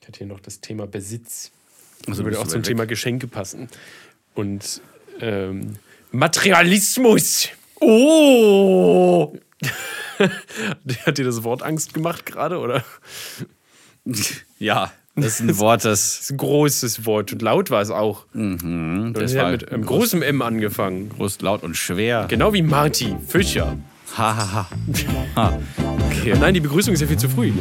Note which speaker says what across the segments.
Speaker 1: diskutieren noch das Thema Besitz. Also das würde auch zum weg. Thema Geschenke passen. Und ähm, Materialismus. Oh! Hat dir das Wort Angst gemacht gerade, oder?
Speaker 2: Ja, das ist ein Wort, das.
Speaker 1: das ist ein großes Wort und laut war es auch.
Speaker 2: Mhm,
Speaker 1: das und war mit ähm, einem groß, großen M angefangen.
Speaker 2: Groß, laut und schwer.
Speaker 1: Genau wie Marty Fischer.
Speaker 2: Hahaha. Ha, ha.
Speaker 1: okay. Nein, die Begrüßung ist ja viel zu früh.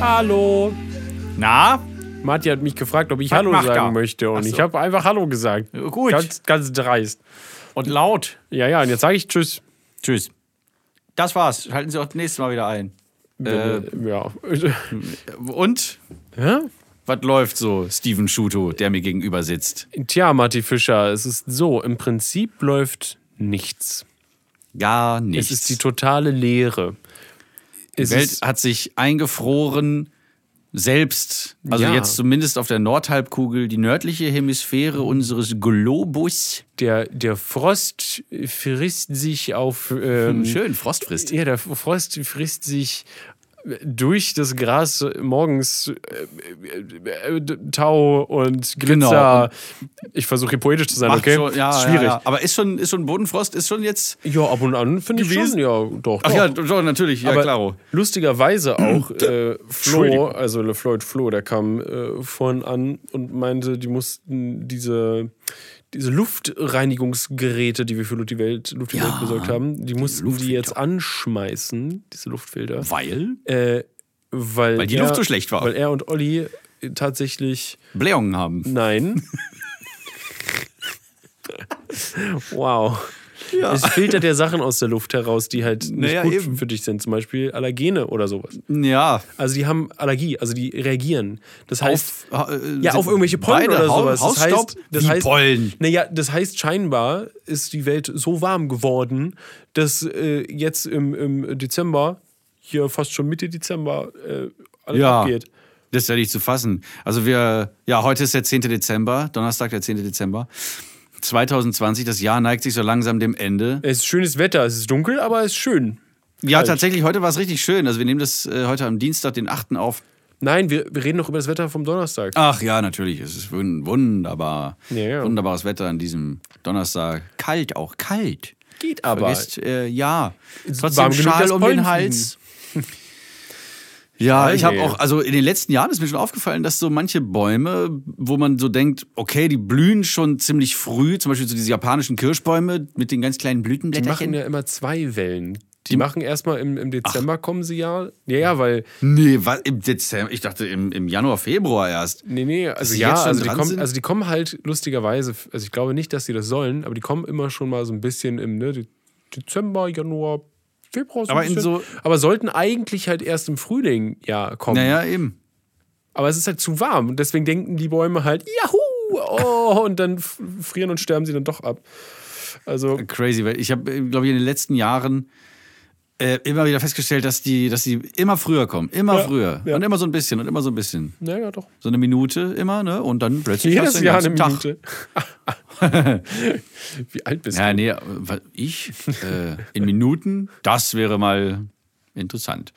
Speaker 1: Hallo.
Speaker 2: Na?
Speaker 1: Marti hat mich gefragt, ob ich Was Hallo sagen da? möchte. Und so. ich habe einfach Hallo gesagt.
Speaker 2: Gut.
Speaker 1: Ganz, ganz dreist.
Speaker 2: Und laut.
Speaker 1: Ja, ja, und jetzt sage ich Tschüss.
Speaker 2: Tschüss. Das war's. Halten Sie auch das nächste Mal wieder ein.
Speaker 1: Äh, ja.
Speaker 2: Und?
Speaker 1: Ja?
Speaker 2: Was läuft so, Steven Schuto, der mir gegenüber sitzt?
Speaker 1: Tja, Marti Fischer, es ist so, im Prinzip läuft nichts.
Speaker 2: Gar nichts.
Speaker 1: Es ist die totale Leere.
Speaker 2: Es die Welt hat sich eingefroren selbst, also ja. jetzt zumindest auf der Nordhalbkugel, die nördliche Hemisphäre unseres Globus.
Speaker 1: Der, der Frost frisst sich auf. Ähm,
Speaker 2: Schön, Frost frisst.
Speaker 1: Ja, der Frost frisst sich durch das Gras morgens äh, äh, Tau und Glitzer. Genau. Ich versuche hier poetisch zu sein, Macht okay?
Speaker 2: Schon, ja,
Speaker 1: ist schwierig. Ja,
Speaker 2: ja. Aber ist schon, ist schon Bodenfrost, ist schon jetzt.
Speaker 1: Ja, ab und an finde ich schon. Ja, doch.
Speaker 2: Ach
Speaker 1: doch.
Speaker 2: ja, doch, natürlich, ja,
Speaker 1: Aber
Speaker 2: klaro.
Speaker 1: Lustigerweise auch äh, Flo, also LeFloid Flo, der kam vorhin an und meinte, die mussten diese diese Luftreinigungsgeräte, die wir für Luft die Welt, Luft die ja, Welt besorgt haben, die mussten die, die jetzt anschmeißen, diese Luftfilter.
Speaker 2: Weil?
Speaker 1: Äh, weil,
Speaker 2: weil die
Speaker 1: er,
Speaker 2: Luft so schlecht war.
Speaker 1: Weil er und Olli tatsächlich.
Speaker 2: Blähungen haben.
Speaker 1: Nein. wow. Ja. Es filtert ja Sachen aus der Luft heraus, die halt nicht naja, gut eben. für dich sind. Zum Beispiel Allergene oder sowas.
Speaker 2: Ja.
Speaker 1: Also die haben Allergie, also die reagieren. Das heißt,
Speaker 2: auf, äh,
Speaker 1: ja, auf irgendwelche Pollen oder sowas.
Speaker 2: Das heißt,
Speaker 1: das heißt,
Speaker 2: Pollen.
Speaker 1: Naja, das heißt, scheinbar ist die Welt so warm geworden, dass äh, jetzt im, im, Dezember, hier fast schon Mitte Dezember, äh, alles
Speaker 2: ja.
Speaker 1: abgeht.
Speaker 2: Das ist ja nicht zu fassen. Also wir, ja, heute ist der 10. Dezember, Donnerstag, der 10. Dezember. 2020, das Jahr neigt sich so langsam dem Ende.
Speaker 1: Es ist schönes Wetter, es ist dunkel, aber es ist schön. äh,
Speaker 2: Ja, Kalt. tatsächlich, heute war es richtig schön. Also wir nehmen das äh, heute am Dienstag, den 8. auf.
Speaker 1: Nein, wir, wir, reden noch über das Wetter vom Donnerstag.
Speaker 2: Ach ja, natürlich. Es ist wunderbar.
Speaker 1: Ja, ja.
Speaker 2: Wunderbares Wetter an diesem Donnerstag. Kalt auch, kalt.
Speaker 1: Geht aber.
Speaker 2: Vergesst, äh, ja. Trotzdem Schal um den Hals. Ja, ich habe auch, also in den letzten Jahren ist mir schon aufgefallen, dass so manche Bäume, wo man so denkt, okay, die blühen schon ziemlich früh, zum Beispiel so diese japanischen Kirschbäume mit den ganz kleinen Blütenblättern.
Speaker 1: Die machen ja immer zwei Wellen. Die, die machen erstmal im, im Dezember Ach. kommen sie ja. Ja, ja, weil.
Speaker 2: Nee, was, im Dezember? Ich dachte im, im Januar, Februar erst.
Speaker 1: Nee, nee, also ja, also die, kommen, also die, kommen, halt lustigerweise, also ich glaube nicht, dass sie das sollen, aber die kommen immer schon mal so ein bisschen im ne, Dezember, Januar, Februar so
Speaker 2: aber, in so
Speaker 1: aber sollten eigentlich halt erst im Frühling ja kommen.
Speaker 2: Naja, eben.
Speaker 1: Aber es ist halt zu warm und deswegen denken die Bäume halt, Yahoo! Oh, und dann frieren und sterben sie dann doch ab. Also.
Speaker 2: Crazy, weil ich habe, glaube ich, in den letzten Jahren äh, immer wieder festgestellt, dass die, dass die immer früher kommen. Immer ja, früher. Ja. Und immer so ein bisschen und immer so ein bisschen.
Speaker 1: Ja, ja, doch.
Speaker 2: So eine Minute immer, ne? Und dann plötzlich.
Speaker 1: Jedes hast Jahr eine Minute. Wie alt bist
Speaker 2: ja, du? Ja, nee, ich äh, in Minuten, das wäre mal interessant.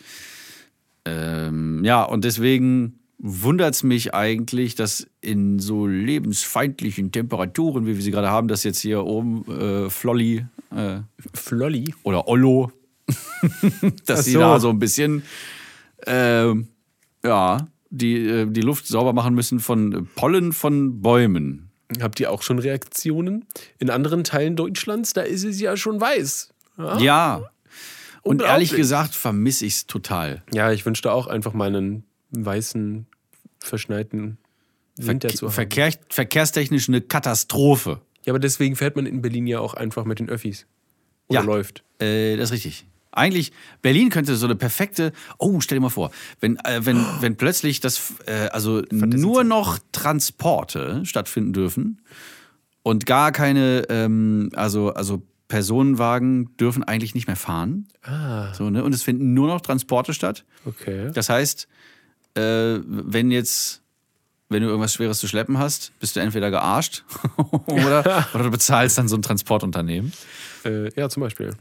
Speaker 2: Ähm, ja, und deswegen wundert es mich eigentlich, dass in so lebensfeindlichen Temperaturen, wie wir sie gerade haben, dass jetzt hier oben äh, Flolli. Äh,
Speaker 1: Flolli?
Speaker 2: Oder Ollo. dass Ach so. die da so ein bisschen. Äh, ja. Die, äh, die Luft sauber machen müssen von Pollen von Bäumen.
Speaker 1: Habt ihr auch schon Reaktionen? In anderen Teilen Deutschlands, da ist es ja schon weiß.
Speaker 2: Ja. ja. Und ehrlich gesagt vermisse ich es total.
Speaker 1: Ja, ich wünschte auch einfach mal einen weißen, verschneiten Winter Verke zu haben.
Speaker 2: Verkehr verkehrstechnisch eine Katastrophe.
Speaker 1: Ja, aber deswegen fährt man in Berlin ja auch einfach mit den Öffis. Oder
Speaker 2: ja,
Speaker 1: läuft.
Speaker 2: Äh, das ist richtig. Eigentlich, Berlin könnte so eine perfekte. Oh, stell dir mal vor, wenn, äh, wenn, wenn plötzlich das, äh, also nur noch Transporte stattfinden dürfen und gar keine, ähm, also, also Personenwagen dürfen eigentlich nicht mehr fahren.
Speaker 1: Ah.
Speaker 2: So, ne? Und es finden nur noch Transporte statt.
Speaker 1: Okay.
Speaker 2: Das heißt, äh, wenn jetzt wenn du irgendwas Schweres zu schleppen hast, bist du entweder gearscht oder, oder du bezahlst dann so ein Transportunternehmen.
Speaker 1: Äh, ja, zum Beispiel.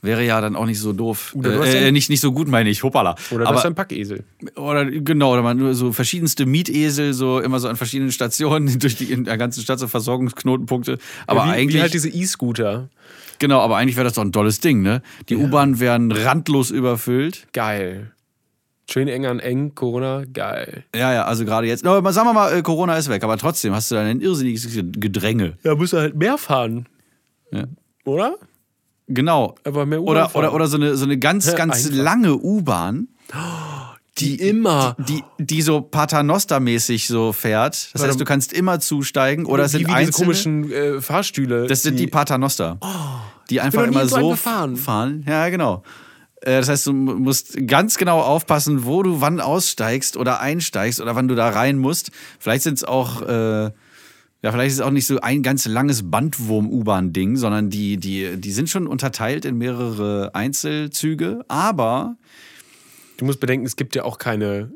Speaker 2: Wäre ja dann auch nicht so doof.
Speaker 1: Oder du hast
Speaker 2: äh, äh,
Speaker 1: ein-
Speaker 2: nicht, nicht so gut, meine ich. Hoppala.
Speaker 1: Oder das
Speaker 2: Aber,
Speaker 1: ist ein Packesel.
Speaker 2: oder genau, oder man nur so verschiedenste Mietesel, so immer so an verschiedenen Stationen durch die in der ganzen Stadt, so Versorgungsknotenpunkte. Aber
Speaker 1: wie,
Speaker 2: eigentlich.
Speaker 1: wie halt diese E-Scooter.
Speaker 2: genau, aber eigentlich wäre das doch ein tolles Ding, ne? Die U-Bahnen wären randlos überfüllt.
Speaker 1: Geil. Schön eng an eng, Corona, geil.
Speaker 2: Ja, ja, also gerade jetzt. Aber sagen wir mal, äh, Corona ist weg, aber trotzdem hast du dann ein irrsinniges Gedränge.
Speaker 1: Ja, muss er halt mehr fahren.
Speaker 2: Ja.
Speaker 1: Oder?
Speaker 2: Genau.
Speaker 1: Aber mehr U-Bahn
Speaker 2: Oder,
Speaker 1: fahren.
Speaker 2: oder, oder so eine, so eine ganz,
Speaker 1: Ja,
Speaker 2: ganz
Speaker 1: einfach.
Speaker 2: lange U-Bahn,
Speaker 1: Die immer.
Speaker 2: die, die so Paternoster-mäßig so fährt. Das
Speaker 1: Warte
Speaker 2: heißt, du
Speaker 1: mal.
Speaker 2: kannst immer zusteigen oder es
Speaker 1: wie,
Speaker 2: sind
Speaker 1: wie diese
Speaker 2: einzelne.
Speaker 1: komischen äh, Fahrstühle.
Speaker 2: Das sind die, Paternoster. die einfach
Speaker 1: noch nie
Speaker 2: immer
Speaker 1: in so einem
Speaker 2: so
Speaker 1: gefahren.
Speaker 2: fahren. Ja, genau. Äh, Das heißt, du m- musst ganz genau aufpassen, wo du wann aussteigst oder einsteigst oder wann du da rein musst. Vielleicht sind es auch, äh, ja, vielleicht ist es auch nicht so ein ganz langes Bandwurm-U-Bahn-Ding, sondern die, die, die sind schon unterteilt in mehrere Einzelzüge, aber
Speaker 1: du musst bedenken, es gibt ja auch keine,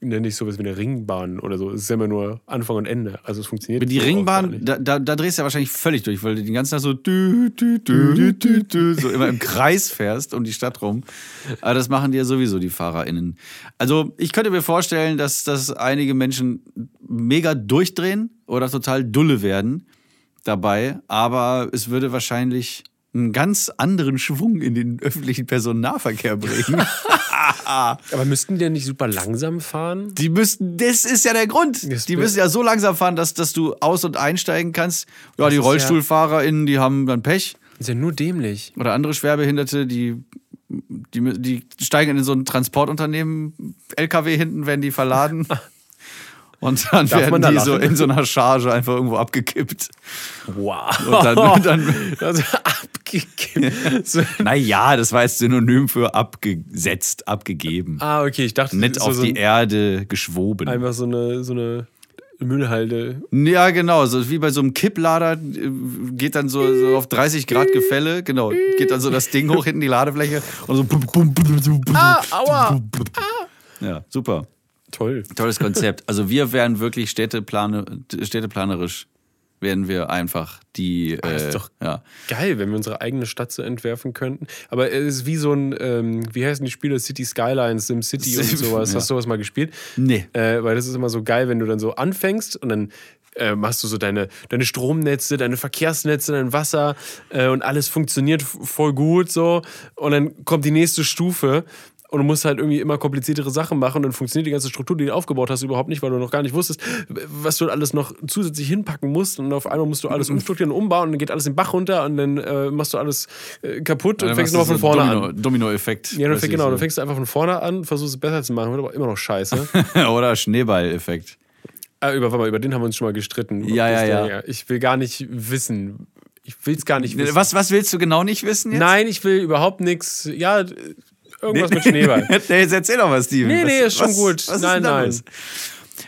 Speaker 1: nenne ich sowas wie eine Ringbahn oder so. Es ist ja immer nur Anfang und Ende. Also es funktioniert.
Speaker 2: die
Speaker 1: auch gar
Speaker 2: Ringbahn,
Speaker 1: nicht.
Speaker 2: da, da, da drehst du ja wahrscheinlich völlig durch, weil du den ganzen Tag so, dü, dü, dü, dü, dü, dü, so immer im Kreis fährst um die Stadt rum. Aber das machen dir ja sowieso die FahrerInnen. Also ich könnte mir vorstellen, dass, dass einige Menschen mega durchdrehen oder total dulle werden dabei, aber es würde wahrscheinlich einen ganz anderen Schwung in den öffentlichen Personennahverkehr bringen.
Speaker 1: Aber müssten die ja nicht super langsam fahren?
Speaker 2: Die müssten, das ist ja der Grund.
Speaker 1: Das
Speaker 2: die
Speaker 1: wär-
Speaker 2: müssen ja so langsam fahren, dass, dass du aus- und einsteigen kannst. Ja, die
Speaker 1: ist ja-
Speaker 2: RollstuhlfahrerInnen, die haben dann Pech.
Speaker 1: Ist ja nur dämlich.
Speaker 2: Oder andere Schwerbehinderte, die, die, mü- die steigen in so ein Transportunternehmen, LKW hinten werden die verladen. Und dann
Speaker 1: Darf
Speaker 2: werden
Speaker 1: man da
Speaker 2: die so
Speaker 1: lachen?
Speaker 2: in so einer Charge einfach irgendwo abgekippt.
Speaker 1: Wow.
Speaker 2: Und dann, dann
Speaker 1: also abgekippt. So-
Speaker 2: naja, das war jetzt Synonym für abgesetzt, abgegeben.
Speaker 1: ah, okay, ich dachte,
Speaker 2: Nett
Speaker 1: das ist
Speaker 2: auf
Speaker 1: so
Speaker 2: die
Speaker 1: ein,
Speaker 2: Erde geschwoben.
Speaker 1: einfach so eine, so eine Müllhalde.
Speaker 2: Ja, genau. So wie bei so einem Kipplader äh, geht dann so, so auf 30 Grad Gefälle, genau, geht dann so das Ding hoch hinten die Ladefläche und so. bum, bum, bum, bum, bum,
Speaker 1: Ah, aua. Ah.
Speaker 2: bum, bum. Ja, super.
Speaker 1: Toll.
Speaker 2: Tolles Konzept. Also wir wären wirklich städteplane, städteplanerisch wären wir einfach die. Äh,
Speaker 1: das ist doch-
Speaker 2: ja.
Speaker 1: Geil, wenn wir unsere eigene Stadt so entwerfen könnten. Aber es ist wie so ein, ähm, wie heißen die Spiele? City Skylines, SimCity und
Speaker 2: Sim-
Speaker 1: sowas.
Speaker 2: ja.
Speaker 1: Hast du sowas mal gespielt?
Speaker 2: Nee.
Speaker 1: Äh, weil das ist immer so geil, wenn du dann so anfängst und dann äh, machst du so deine, deine Stromnetze, deine Verkehrsnetze, dein Wasser äh, und alles funktioniert f- voll gut so. Und dann kommt die nächste Stufe. Und du musst halt irgendwie immer kompliziertere Sachen machen und dann funktioniert die ganze Struktur, die du aufgebaut hast, überhaupt nicht, weil du noch gar nicht wusstest, was du alles noch zusätzlich hinpacken musst. Und auf einmal musst du alles umstrukturieren, umbauen und dann geht alles den Bach runter und dann äh, machst du alles äh, kaputt und,
Speaker 2: Dann
Speaker 1: fängst
Speaker 2: machst du
Speaker 1: nochmal von
Speaker 2: so
Speaker 1: vorne
Speaker 2: Domino,
Speaker 1: an.
Speaker 2: Domino-Effekt.
Speaker 1: Ja, du
Speaker 2: weiß
Speaker 1: fängst,
Speaker 2: ich
Speaker 1: genau, du fängst einfach von vorne an, versuchst es besser zu machen, wird aber immer noch scheiße.
Speaker 2: so. Oder Schneeball-Effekt.
Speaker 1: Ah, über, warte mal, über den haben wir uns schon mal gestritten.
Speaker 2: Ja,
Speaker 1: Das
Speaker 2: ja,
Speaker 1: Ding,
Speaker 2: ja.
Speaker 1: Ich will gar nicht wissen. Ich will es gar nicht wissen.
Speaker 2: Was, was willst du genau nicht wissen jetzt?
Speaker 1: Nein, ich will überhaupt nichts. Ja, äh, irgendwas mit Schneeball.
Speaker 2: nee, jetzt erzähl doch was, Steven.
Speaker 1: Nee,
Speaker 2: was,
Speaker 1: nee, ist schon
Speaker 2: was,
Speaker 1: gut.
Speaker 2: Was ist
Speaker 1: Nein,
Speaker 2: denn da
Speaker 1: nein.
Speaker 2: los?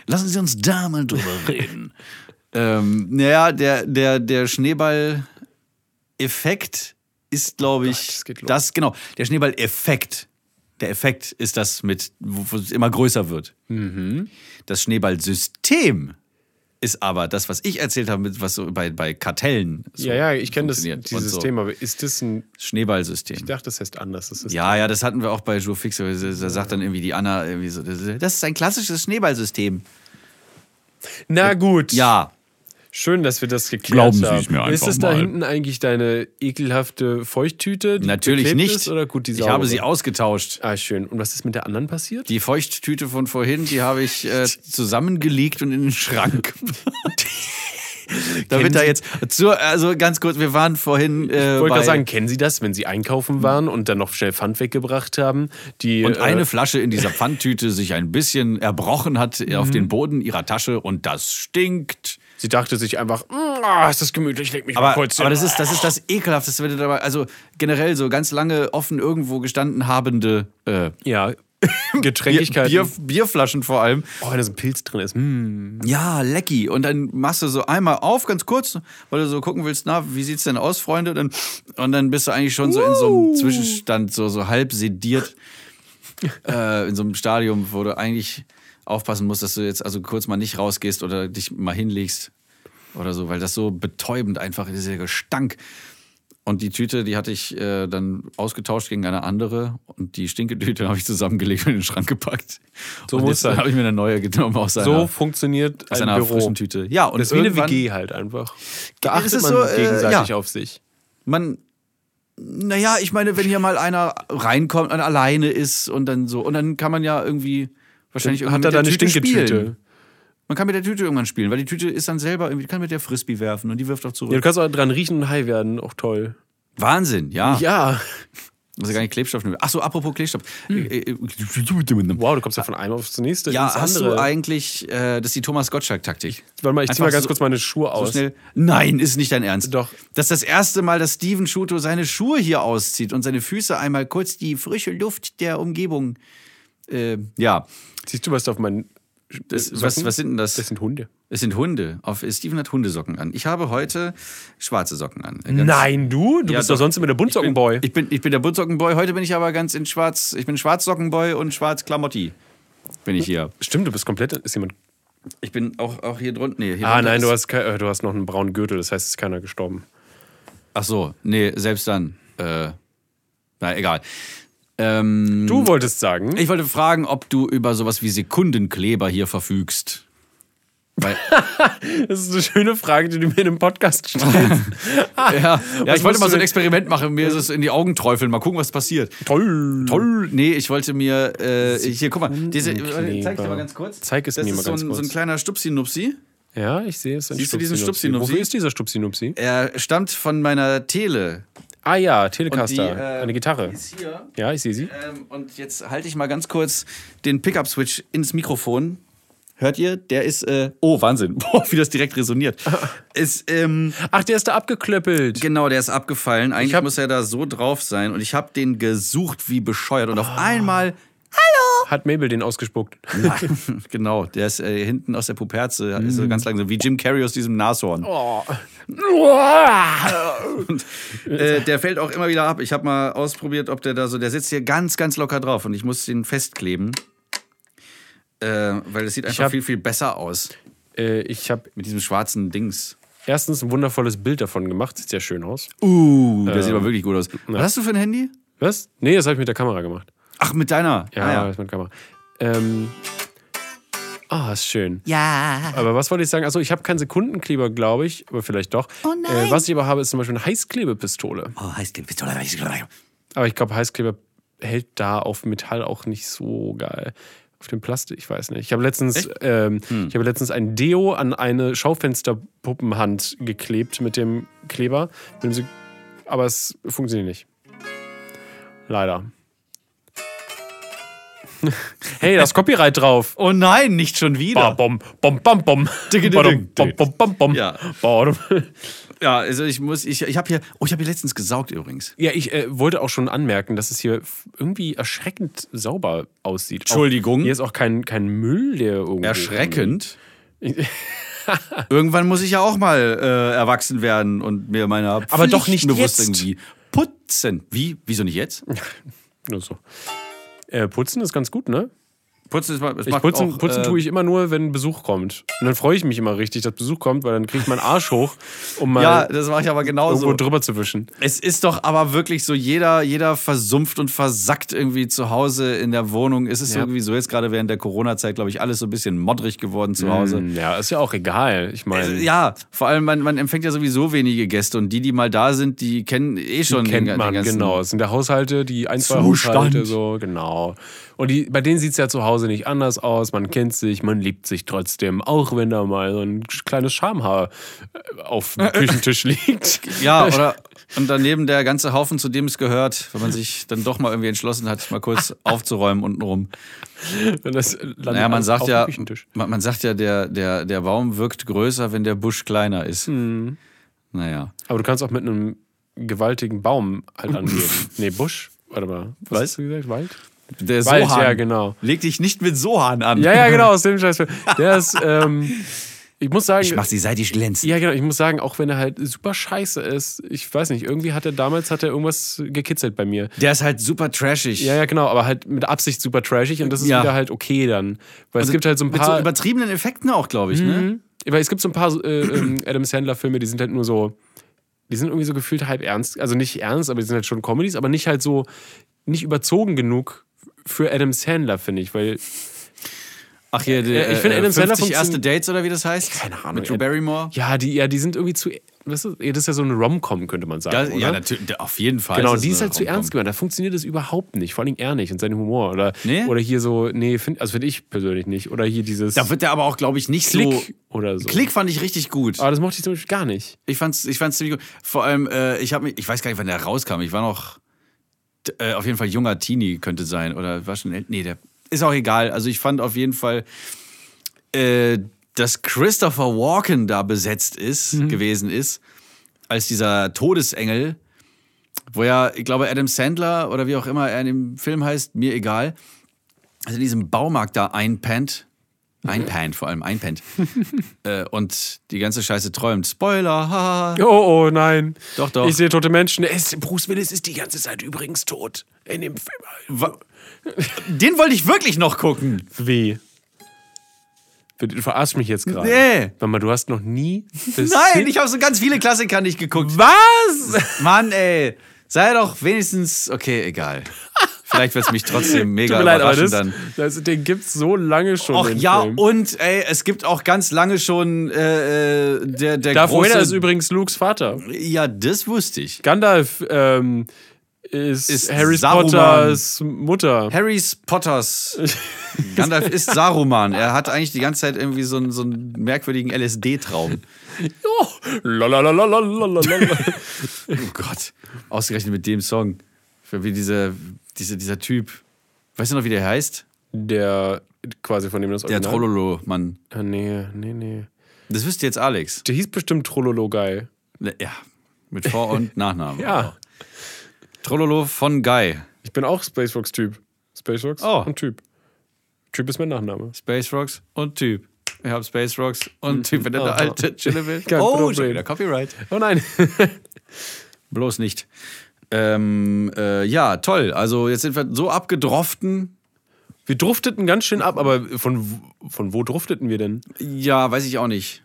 Speaker 2: Lassen Sie uns da mal drüber reden. ähm, naja, der, der, der Schneeball-Effekt ist, glaube ich,
Speaker 1: das geht los.
Speaker 2: das, genau, der Schneeball-Effekt. Der Effekt ist das mit, wo wo es immer größer wird.
Speaker 1: Mhm.
Speaker 2: Das Schneeballsystem ist aber das, was ich erzählt habe, mit, was so bei, bei Kartellen. So
Speaker 1: ja, ja, ich kenne das,
Speaker 2: funktioniert
Speaker 1: dieses
Speaker 2: und so.
Speaker 1: Thema. Aber ist das ein.
Speaker 2: Schneeballsystem.
Speaker 1: Ich dachte, das heißt anders. Das ist
Speaker 2: Ja, ja, das hatten wir auch bei Joe Fix. Da sagt dann irgendwie die Anna irgendwie so, das ist ein klassisches Schneeballsystem.
Speaker 1: Na gut.
Speaker 2: Ja.
Speaker 1: Schön, dass wir das geklärt
Speaker 2: Glauben Sie
Speaker 1: haben.
Speaker 2: es mir einfach
Speaker 1: ist das da
Speaker 2: mal.
Speaker 1: hinten eigentlich deine ekelhafte Feuchttüte? die
Speaker 2: Natürlich
Speaker 1: beklebt
Speaker 2: nicht.
Speaker 1: Ist, oder gut, die
Speaker 2: ich
Speaker 1: saubere?
Speaker 2: habe sie ausgetauscht.
Speaker 1: Ah, schön. Und was ist mit der anderen passiert?
Speaker 2: Die Feuchttüte von vorhin, die habe ich äh, zusammengelegt und in den Schrank. Damit da jetzt. Zur, also ganz kurz, wir waren vorhin. Äh,
Speaker 1: Ich wollte
Speaker 2: bei,
Speaker 1: gerade sagen, kennen Sie das, wenn Sie einkaufen waren und dann noch schnell Pfand weggebracht haben? Die,
Speaker 2: und eine
Speaker 1: äh,
Speaker 2: Flasche in dieser Pfandtüte sich ein bisschen erbrochen hat auf
Speaker 1: Mhm.
Speaker 2: den Boden ihrer Tasche und das stinkt.
Speaker 1: sie dachte sich einfach, "Mm, ah, ist das gemütlich, leg mich mal
Speaker 2: Aber,
Speaker 1: kurz
Speaker 2: aber
Speaker 1: hin."
Speaker 2: das, ist, das ist das Ekelhafteste, wenn du dabei, also generell so ganz lange offen irgendwo gestanden habende äh,
Speaker 1: Ja,
Speaker 2: Bier,
Speaker 1: Getränkigkeiten.
Speaker 2: Bier, Bierflaschen vor allem.
Speaker 1: oh, wenn da so ein Pilz drin ist. Hm.
Speaker 2: Ja, lecky. Und dann machst du so einmal auf, ganz kurz, weil du so gucken willst, na, wie sieht's denn aus, Freunde? Dann, und dann bist du eigentlich schon so in so
Speaker 1: Uh.
Speaker 2: einem Zwischenstand, so, so halb sediert, äh, in so einem Stadium, wo du eigentlich aufpassen musst, dass du jetzt also kurz mal nicht rausgehst oder dich mal hinlegst oder so, weil das so betäubend einfach ist, dieser Gestank. Und die Tüte, die hatte ich äh, dann ausgetauscht gegen eine andere und die Stinketüte habe ich zusammengelegt und in den Schrank gepackt.
Speaker 1: So
Speaker 2: und
Speaker 1: muss sein.
Speaker 2: habe ich mir eine neue genommen aus einer,
Speaker 1: so funktioniert
Speaker 2: aus
Speaker 1: ein
Speaker 2: einer
Speaker 1: Büro.
Speaker 2: frischen Tüte. Ja, und
Speaker 1: Das ist wie eine
Speaker 2: irgendwann-
Speaker 1: WG halt einfach. Da
Speaker 2: Ja,
Speaker 1: achtet
Speaker 2: es ist
Speaker 1: man
Speaker 2: so, äh,
Speaker 1: gegenseitig
Speaker 2: ja.
Speaker 1: auf sich.
Speaker 2: man, naja, ich meine, wenn hier mal einer reinkommt und alleine ist und dann so, und dann kann man ja irgendwie wahrscheinlich
Speaker 1: Hat
Speaker 2: irgendwie
Speaker 1: er da eine
Speaker 2: mit der Tüte
Speaker 1: Stinketüte?
Speaker 2: spielen. Man kann mit der Tüte irgendwann spielen, weil die Tüte ist dann selber irgendwie, kann mit der Frisbee werfen und die wirft auch
Speaker 1: Ja, du
Speaker 2: zurück.
Speaker 1: kannst auch dran riechen und high werden, auch toll.
Speaker 2: Wahnsinn, ja.
Speaker 1: Ja.
Speaker 2: Muss ja gar nicht Klebstoff nehmen. Achso, apropos Klebstoff.
Speaker 1: Hm.
Speaker 2: Äh, äh,
Speaker 1: Wow, du kommst ja von einem aufs nächste.
Speaker 2: Ja,
Speaker 1: ins
Speaker 2: hast
Speaker 1: andere.
Speaker 2: du eigentlich, äh, das ist die Thomas Gottschalk-Taktik.
Speaker 1: Warte mal, ich zieh
Speaker 2: Einfach
Speaker 1: mal ganz
Speaker 2: so-
Speaker 1: kurz meine Schuhe
Speaker 2: So
Speaker 1: aus.
Speaker 2: schnell. Nein, ist nicht dein Ernst.
Speaker 1: Doch.
Speaker 2: Das ist das erste Mal, dass Steven Schuto seine Schuhe hier auszieht und seine Füße einmal kurz die frische Luft der Umgebung. Äh, ja.
Speaker 1: Siehst du, was da auf meinen.
Speaker 2: Das,
Speaker 1: Socken?
Speaker 2: was, was sind denn das?
Speaker 1: Das sind Hunde.
Speaker 2: Es sind Hunde. Auf, Steven hat Hundesocken an. Ich habe heute schwarze Socken an. Ganz-
Speaker 1: Nein, du? Du
Speaker 2: Ja,
Speaker 1: bist doch
Speaker 2: doch.
Speaker 1: sonst immer der Buntsockenboy.
Speaker 2: Ich bin, ich bin der Buntsockenboy. Heute bin ich aber ganz in schwarz. Ich bin Schwarzsockenboy und Schwarzklamotti. Bin ich hier.
Speaker 1: Stimmt, du bist komplett. Ist jemand.
Speaker 2: Ich bin auch, auch hier drunten. Nee, hier
Speaker 1: Ah,
Speaker 2: drunter
Speaker 1: nein, du
Speaker 2: ist-
Speaker 1: hast, kei- äh, du hast noch einen braunen Gürtel, das heißt, es ist keiner gestorben.
Speaker 2: Ach so, nee, selbst dann. Äh, na, egal. Ähm,
Speaker 1: Du wolltest sagen.
Speaker 2: ich wollte fragen, ob du über sowas wie Sekundenkleber hier verfügst. Weil,
Speaker 1: Das ist eine schöne Frage, die du mir in einem Podcast stellst.
Speaker 2: ja, ja,
Speaker 1: Was musst
Speaker 2: ich wollte mal
Speaker 1: du
Speaker 2: so ein
Speaker 1: denn- Mhm.
Speaker 2: Experiment machen, mir ist es in die Augen träufeln, mal gucken, was passiert.
Speaker 1: Toll.
Speaker 2: Toll. Nee, ich wollte mir. Äh, hier, guck mal. Diese,
Speaker 1: Sekundenkleber.
Speaker 2: äh, zeig ich dir mal ganz kurz.
Speaker 1: Zeig es
Speaker 2: das
Speaker 1: mir
Speaker 2: ist
Speaker 1: mal
Speaker 2: so
Speaker 1: ganz
Speaker 2: ein,
Speaker 1: kurz.
Speaker 2: So ein kleiner Stupsi-Nupsi.
Speaker 1: Ja, ich sehe es. ein
Speaker 2: Siehst du diesen
Speaker 1: Stupsi-Nupsi.
Speaker 2: Stupsi-Nupsi?
Speaker 1: Wofür ist dieser Stupsi-Nupsi?
Speaker 2: Er stammt von meiner Tele.
Speaker 1: Ah ja, Telecaster.
Speaker 2: Und die, äh,
Speaker 1: eine Gitarre. Äh.
Speaker 2: die Ist hier.
Speaker 1: Ja, ich sehe sie.
Speaker 2: Ähm, und jetzt halte ich mal ganz kurz den Pickup-Switch ins Mikrofon. Hört ihr? Der ist. Äh, oh, Wahnsinn. Boah, wie das direkt resoniert. ist, ähm,
Speaker 1: Ach, der ist da abgeklöppelt.
Speaker 2: genau, der ist abgefallen. Eigentlich
Speaker 1: hab-
Speaker 2: muss er da so drauf sein. Und ich habe den gesucht wie bescheuert. Und auf
Speaker 1: Ah.
Speaker 2: einmal.
Speaker 1: Hat Mabel den ausgespuckt.
Speaker 2: genau, der ist äh, hinten aus der Puperze. Ist
Speaker 1: Mhm.
Speaker 2: so ganz langsam. Wie Jim Carrey aus diesem
Speaker 1: Oh.
Speaker 2: Nashorn. Äh, der fällt auch immer wieder ab. Ich habe mal ausprobiert, ob der da so, der sitzt hier ganz, ganz locker drauf und ich muss ihn festkleben. Äh, weil es sieht einfach
Speaker 1: hab-
Speaker 2: viel, viel besser aus
Speaker 1: Äh, ich habe
Speaker 2: mit diesem schwarzen Dings.
Speaker 1: erstens ein wundervolles Bild davon gemacht. Sieht sehr schön aus.
Speaker 2: Uh, der sieht aber wirklich gut aus. Was hast du für ein Handy?
Speaker 1: Was? Nee, das habe ich mit der Kamera gemacht.
Speaker 2: Ach, mit deiner.
Speaker 1: Ja,
Speaker 2: Ah,
Speaker 1: das ist mit Kamera. Ähm. Ah, ist schön.
Speaker 3: Ja.
Speaker 1: Aber was wollte ich sagen? Achso, ich habe keinen Sekundenkleber, glaube ich, aber vielleicht doch.
Speaker 3: Oh nein.
Speaker 1: Äh, was ich aber habe, ist zum Beispiel eine Heißklebepistole.
Speaker 2: Oh, Heißklebepistole, Heißklebepistole.
Speaker 1: Aber ich glaube, Heißkleber hält da auf Metall auch nicht so geil. Auf dem Plastik, ich weiß nicht. Ich habe letztens, ähm, ich habe letztens ein Deo an eine Schaufensterpuppenhand geklebt mit dem Kleber. Mit dem Sek- Aber es funktioniert nicht. Leider. hey, da ist Copyright drauf.
Speaker 2: Oh nein, nicht schon
Speaker 1: Ba,
Speaker 2: wieder.
Speaker 1: bom, bom, bom, bom.
Speaker 2: Dicke,
Speaker 1: Badum,
Speaker 2: dicke, dicke.
Speaker 1: bom, bom, bom, bom.
Speaker 2: Ja.
Speaker 1: Badum.
Speaker 2: Ja, also ich muss, ich, ich habe hier, oh, ich habe hier letztens gesaugt übrigens. Mhm.
Speaker 1: Ja, ich äh, wollte auch schon anmerken, dass es hier f- irgendwie erschreckend sauber aussieht.
Speaker 2: Entschuldigung?
Speaker 1: Auch, hier ist auch kein, kein Müll, der irgendwo.
Speaker 2: Erschreckend. Irgendwann muss ich ja auch mal äh, erwachsen werden und mir meiner Pflichten
Speaker 1: Aber doch nicht
Speaker 2: bewusst
Speaker 1: jetzt.
Speaker 2: irgendwie putzen. Wie? Wieso nicht jetzt?
Speaker 1: Nur so. Äh, putzen ist ganz gut, ne?
Speaker 2: Putzen ist mal, es
Speaker 1: Ich
Speaker 2: macht
Speaker 1: putzen
Speaker 2: auch,
Speaker 1: putzen
Speaker 2: äh,
Speaker 1: tue ich immer nur, wenn Besuch kommt. Und dann freue ich mich immer richtig, dass Besuch kommt, weil dann kriege ich meinen Arsch hoch, um mal
Speaker 2: Ja, also das mache ich aber
Speaker 1: irgendwo
Speaker 2: genauso.
Speaker 1: drüber zu wischen.
Speaker 2: Es ist doch aber wirklich so, jeder, jeder versumpft und versackt irgendwie zu Hause in der Wohnung. Es ist
Speaker 1: Ja.
Speaker 2: irgendwie so jetzt gerade während der Corona-Zeit, glaube ich, alles so ein bisschen modrig geworden zu Hause.
Speaker 1: Hm, Ja, ist ja auch egal. Ich meine,
Speaker 2: Also, Ja, vor allem, man, man empfängt ja sowieso wenige Gäste und die, die mal da sind, die kennen eh schon den,
Speaker 1: kennt
Speaker 2: den
Speaker 1: man,
Speaker 2: ganzen
Speaker 1: genau. Es sind ja Haushalte, die ein, zwei
Speaker 2: Zustand.
Speaker 1: Haushalte so, genau. Und die, bei denen sieht es ja zu Hause nicht anders aus. Man kennt sich, man liebt sich trotzdem, auch wenn da mal so ein kleines Schamhaar äh, auf dem Küchentisch liegt.
Speaker 2: Ja, oder und daneben der ganze Haufen, zu dem es gehört, wenn man sich dann doch mal irgendwie entschlossen hat, mal kurz aufzuräumen untenrum.
Speaker 1: Und das landet
Speaker 2: Naja, man
Speaker 1: alles
Speaker 2: sagt
Speaker 1: Also auf
Speaker 2: ja,
Speaker 1: Dem Küchentisch.
Speaker 2: man, man sagt ja, der, der, der Baum wirkt größer, wenn der Busch kleiner ist.
Speaker 1: Mhm.
Speaker 2: Naja.
Speaker 1: Aber du kannst auch mit einem gewaltigen Baum halt angeben. nee, Busch. Warte mal. Was hast du gesagt? Wald?
Speaker 2: Der
Speaker 1: Wald,
Speaker 2: Sohan.
Speaker 1: ja, genau.
Speaker 2: Leg dich nicht mit Sohan an.
Speaker 1: Ja, ja, genau, aus dem Scheiß. Der ist, ähm, Ich muss sagen,
Speaker 2: Ich mach sie seidig glänzen.
Speaker 1: ja genau, ich muss sagen, auch wenn er halt super scheiße ist, ich weiß nicht, irgendwie hat er damals hat er irgendwas gekitzelt bei mir.
Speaker 2: Der ist halt super trashig.
Speaker 1: Ja, ja, genau, aber halt mit Absicht super trashig und das ist
Speaker 2: Ja. Also
Speaker 1: wieder halt okay dann. Weil es gibt halt so ein
Speaker 2: Mit so
Speaker 1: paar. Mhm.
Speaker 2: übertriebenen Effekten auch, glaube ich, ne?
Speaker 1: weil es gibt so ein paar äh, ähm, Adam Sandler-Filme, die sind halt nur so. Die sind irgendwie so gefühlt halb ernst. Also nicht ernst, aber die sind halt schon Comedies, aber nicht halt so. Nicht überzogen genug für Adam Sandler, finde ich, weil.
Speaker 2: Ach hier,
Speaker 1: Ja,
Speaker 2: der,
Speaker 1: ich finde, Adam Sandler
Speaker 2: 50 erste
Speaker 1: funktioniert-
Speaker 2: Dates oder wie das heißt?
Speaker 1: Keine Ahnung,
Speaker 2: Mit Drew
Speaker 1: ey.
Speaker 2: Barrymore.
Speaker 1: Ja, die, ja, die sind irgendwie zu. Weißt du, das ist ja so eine Rom-Com, könnte man sagen.
Speaker 2: Ja,
Speaker 1: oder?
Speaker 2: ja, natürlich, auf jeden Fall.
Speaker 1: Genau,
Speaker 2: es
Speaker 1: die ist
Speaker 2: eine
Speaker 1: halt zu ernst
Speaker 2: Rom-Com.
Speaker 1: gemacht. Da funktioniert das überhaupt nicht. Vor allem er nicht und sein Humor. Oder,
Speaker 2: Nee?
Speaker 1: oder hier so, nee, find, also finde ich persönlich nicht. Oder hier dieses
Speaker 2: Da wird der aber auch, glaube ich, nicht so.
Speaker 1: Klick oder so.
Speaker 2: Klick fand ich richtig gut.
Speaker 1: Aber das mochte ich zum Beispiel gar nicht.
Speaker 2: Ich fand's, ich fand's ziemlich gut. Vor allem, äh, ich habe mich, ich weiß gar nicht, wann der rauskam. Ich war noch t- äh, auf jeden Fall junger Teenie könnte sein oder war schon äl- nee, der ist auch egal. Also ich fand auf jeden Fall, äh, dass Christopher Walken da besetzt ist gewesen ist als dieser Todesengel, wo ja, ich glaube, Adam Sandler oder wie auch immer er in dem Film heißt, mir egal, also in diesem Baumarkt da einpennt. Einpennt, vor allem einpennt. äh, und die ganze Scheiße träumt. Spoiler, haha.
Speaker 1: Oh, oh, nein.
Speaker 2: Doch, doch.
Speaker 1: Ich sehe tote Menschen. Es, Bruce Willis ist die ganze Zeit übrigens tot. In dem Film.
Speaker 2: Wa- Den wollte ich wirklich noch gucken.
Speaker 1: Wie? Du verarsch mich jetzt gerade.
Speaker 2: Nee.
Speaker 1: Warte mal, du hast noch nie. das
Speaker 2: Nein,
Speaker 1: Film-
Speaker 2: ich habe so ganz viele Klassiker nicht geguckt.
Speaker 1: Was?
Speaker 2: Mann, ey. Sei doch wenigstens. Okay, egal. Vielleicht wird es mich trotzdem mega
Speaker 1: Tut mir leid, aber
Speaker 2: überraschen
Speaker 1: das,
Speaker 2: dann.
Speaker 1: das, den gibt's so lange schon.
Speaker 2: Och
Speaker 1: den
Speaker 2: ja,
Speaker 1: Film.
Speaker 2: und ey, es gibt auch ganz lange schon äh, äh, der, der
Speaker 1: Darth
Speaker 2: große.
Speaker 1: Vader ist übrigens Lukes Vater.
Speaker 2: ja, das wusste ich.
Speaker 1: Gandalf ähm, ist,
Speaker 2: Ist
Speaker 1: Harry
Speaker 2: Saruman.
Speaker 1: Potters Mutter.
Speaker 2: Harrys Potters. Gandalf ist Saruman. Er hat eigentlich die ganze Zeit irgendwie so einen, so einen merkwürdigen LSD-Traum.
Speaker 1: Oh, lalalalalalalalala.
Speaker 2: Oh Gott. Ausgerechnet mit dem Song. Für Wie dieser, dieser, dieser Typ. Weißt du noch, wie der heißt?
Speaker 1: Der quasi von dem das
Speaker 2: Der
Speaker 1: Original.
Speaker 2: Trollolo, Mann.
Speaker 1: Ah, nee, nee, nee.
Speaker 2: Das wüsste jetzt Alex.
Speaker 1: Der hieß bestimmt Trollolo Guy.
Speaker 2: Ne, Ja. Mit Vor- und Nachnamen.
Speaker 1: Ja.
Speaker 2: Trollolo von Guy.
Speaker 1: Ich bin auch Spacefox-Typ. Spacefox
Speaker 2: Oh.
Speaker 1: und Typ. Typ ist mein Nachname.
Speaker 2: Space Rocks und Typ. Ich hab Space Rocks und Typ, wenn der, der alte Chille will.
Speaker 1: Ah. Kein
Speaker 2: oh,
Speaker 1: Problem.
Speaker 2: schon wieder Copyright.
Speaker 1: Oh nein.
Speaker 2: Bloß nicht. Ähm, äh, ja, toll. Also jetzt sind wir so abgedroften.
Speaker 1: Wir drufteten ganz schön ab, aber von, w- von wo drufteten wir denn?
Speaker 2: Ja, weiß ich auch nicht.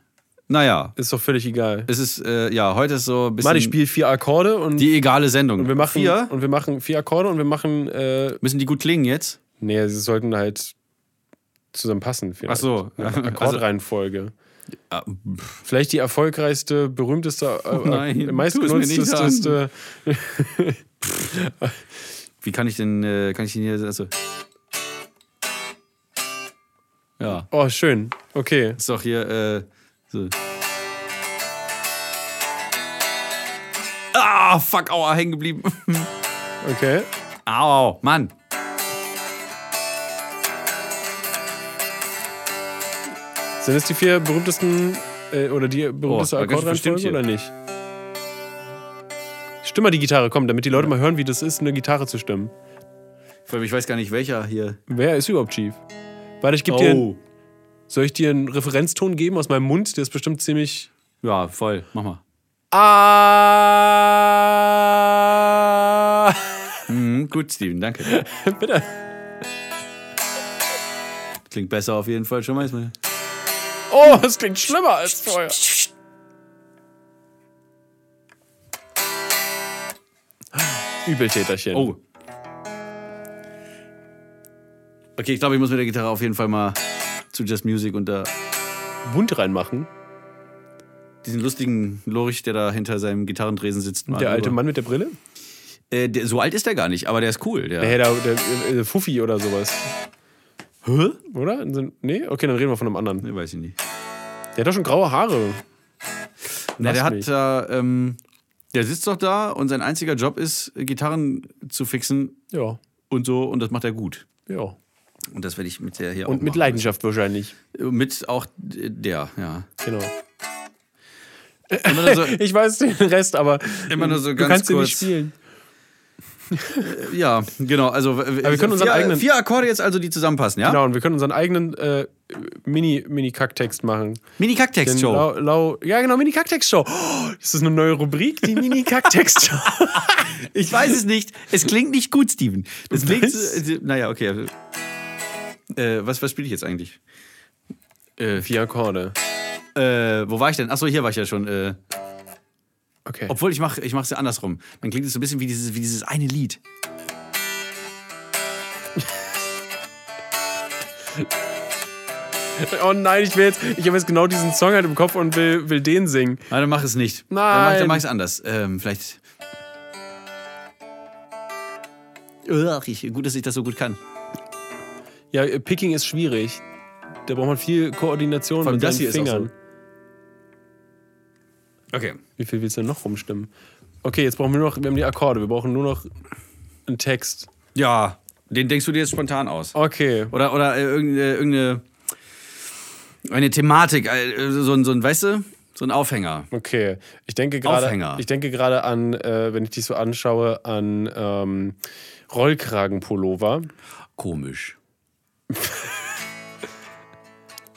Speaker 2: Naja,
Speaker 1: Ist doch völlig egal.
Speaker 2: es ist, äh, ja, heute ist so ein bisschen
Speaker 1: Mann, ich spiele vier Akkorde und
Speaker 2: die egale Sendung.
Speaker 1: wir machen
Speaker 2: Vier,
Speaker 1: und wir machen vier Akkorde und wir machen äh,
Speaker 2: müssen die gut klingen jetzt?
Speaker 1: Nee, sie sollten halt zusammenpassen. vielleicht.
Speaker 2: Ach so. Also
Speaker 1: Eine Akkordreihenfolge. Vielleicht die erfolgreichste, berühmteste, äh,
Speaker 2: nein,
Speaker 1: äh,
Speaker 2: tu es mir
Speaker 1: meistgenutzteste.
Speaker 2: Wie kann ich denn, äh, kann ich den hier, also... Ja,
Speaker 1: Oh, schön. Okay.
Speaker 2: ist doch hier, äh, so. Ah, fuck, aua, hängen geblieben.
Speaker 1: Okay.
Speaker 2: Au, Mann.
Speaker 1: Sind es die vier berühmtesten äh, oder die berühmteste
Speaker 2: Oh, da kannst du
Speaker 1: Akkordreihenfolge
Speaker 2: bestimmt hier.
Speaker 1: oder nicht? Stimme mal die Gitarre, komm, damit die Leute mal hören, wie das ist, eine Gitarre zu stimmen.
Speaker 2: Vor allem, ich weiß gar nicht, welcher hier...
Speaker 1: Wer ist überhaupt Chief? Warte,
Speaker 2: Oh.
Speaker 1: ich geb dir. Soll ich dir einen Referenzton geben aus meinem Mund? Der ist bestimmt ziemlich.
Speaker 2: Ja, voll, mach mal.
Speaker 1: Ah!
Speaker 2: Mhm, gut, Steven, danke.
Speaker 1: Bitte.
Speaker 2: Klingt besser auf jeden Fall, schon mal. erstmal.
Speaker 1: Oh, das klingt schlimmer als vorher. Übeltäterchen.
Speaker 2: Oh. Okay, ich glaube, ich muss mit der Gitarre auf jeden Fall mal zu Just Music und da
Speaker 1: Mund reinmachen.
Speaker 2: diesen lustigen Lorich, der da hinter seinem Gitarrendresen sitzt. Mal
Speaker 1: Der alte
Speaker 2: rüber.
Speaker 1: Mann mit der Brille?
Speaker 2: Äh, der, so alt ist der gar nicht, aber der ist cool. Der,
Speaker 1: Hey, der, der, äh, Fuffi oder sowas. Hä? Oder? Nee? Okay, dann reden wir von einem anderen.
Speaker 2: Nee, ne, weiß ich nicht.
Speaker 1: Der hat doch schon graue Haare.
Speaker 2: Na, der
Speaker 1: Lass
Speaker 2: hat
Speaker 1: mich.
Speaker 2: da. Ähm, der sitzt doch da und sein einziger Job ist, Gitarren zu fixen
Speaker 1: Ja,
Speaker 2: und so und das macht er gut.
Speaker 1: ja.
Speaker 2: Und das werde ich mit der hier auch.
Speaker 1: Und mit
Speaker 2: machen. Äh,
Speaker 1: Leidenschaft wahrscheinlich.
Speaker 2: Mit auch der, ja.
Speaker 1: Genau.
Speaker 2: Immer nur so,
Speaker 1: Ich weiß den Rest, aber
Speaker 2: Immer nur so
Speaker 1: du
Speaker 2: Also ganz
Speaker 1: kannst den
Speaker 2: kurz. genau,
Speaker 1: nicht spielen.
Speaker 2: ja, genau. Also, aber
Speaker 1: wir können unseren
Speaker 2: vier,
Speaker 1: eigenen-
Speaker 2: äh, Vier Akkorde jetzt also, die zusammenpassen, ja?
Speaker 1: Genau, und wir können unseren eigenen äh, Mini, Mini-Kacktext machen. Denn
Speaker 2: Mini-Kacktext-Show.
Speaker 1: Lau, Lau, ja, genau, Mini-Kacktext-Show. Oh, das ist eine neue Rubrik, die Mini-Kacktext-Show.
Speaker 2: Ich weiß es nicht. Es klingt nicht gut, Steven. Das klingt.
Speaker 1: Was?
Speaker 2: Äh, naja, okay. Äh, was was spiele ich jetzt eigentlich? Äh,
Speaker 1: Vier Akkorde.
Speaker 2: äh, wo war ich denn? Achso, hier war ich ja schon. Äh,
Speaker 1: Okay.
Speaker 2: obwohl, ich mache ich mach's ja andersrum. Dann klingt es so ein bisschen wie dieses, wie dieses eine Lied.
Speaker 1: oh nein, ich will jetzt, ich habe jetzt genau diesen Song halt im Kopf und will, will den singen.
Speaker 2: Nein, dann mach es nicht. Dann mach,
Speaker 1: Nein.
Speaker 2: dann mach ich's anders. Ähm, vielleicht. Ach, ich, gut, dass ich das so gut kann.
Speaker 1: Ja, äh, Picking ist schwierig. Da braucht man viel Koordination
Speaker 2: Vor allem
Speaker 1: mit
Speaker 2: das
Speaker 1: den
Speaker 2: hier ist auch
Speaker 1: Fingern.
Speaker 2: Okay.
Speaker 1: Wie viel willst du denn noch rumstimmen? Okay, jetzt brauchen wir nur noch, wir haben die Akkorde, wir brauchen nur noch einen Text.
Speaker 2: Ja, den denkst du dir jetzt spontan aus.
Speaker 1: Okay.
Speaker 2: Oder, oder äh, irgendeine, irgendeine eine Thematik, äh, so, ein, so ein, weißt du, so ein Aufhänger.
Speaker 1: Okay, ich denke gerade,
Speaker 2: Aufhänger.
Speaker 1: ich denke gerade an, äh, wenn ich dich so anschaue, an ähm, Rollkragenpullover.
Speaker 2: Komisch.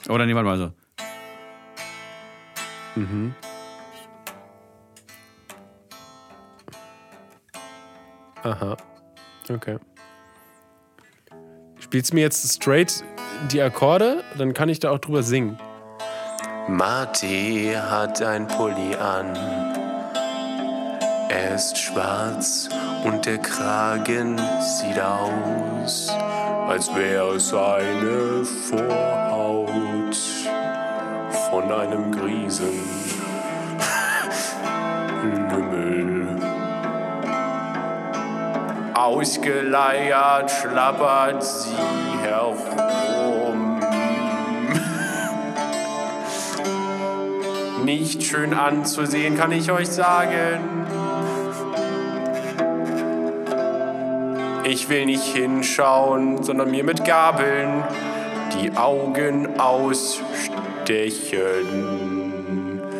Speaker 2: oder niemand mal so.
Speaker 1: Aha. Okay. Spielst du mir jetzt straight die Akkorde, dann kann ich da auch drüber singen.
Speaker 3: Marty hat ein Pulli an. Er ist schwarz und der Kragen sieht aus, als wäre seine Vorhaut von einem Griesen. Lümmel. Ausgeleiert schlappert sie herum. nicht schön anzusehen, kann ich euch sagen. Ich will nicht hinschauen, sondern mir mit Gabeln die Augen ausstechen.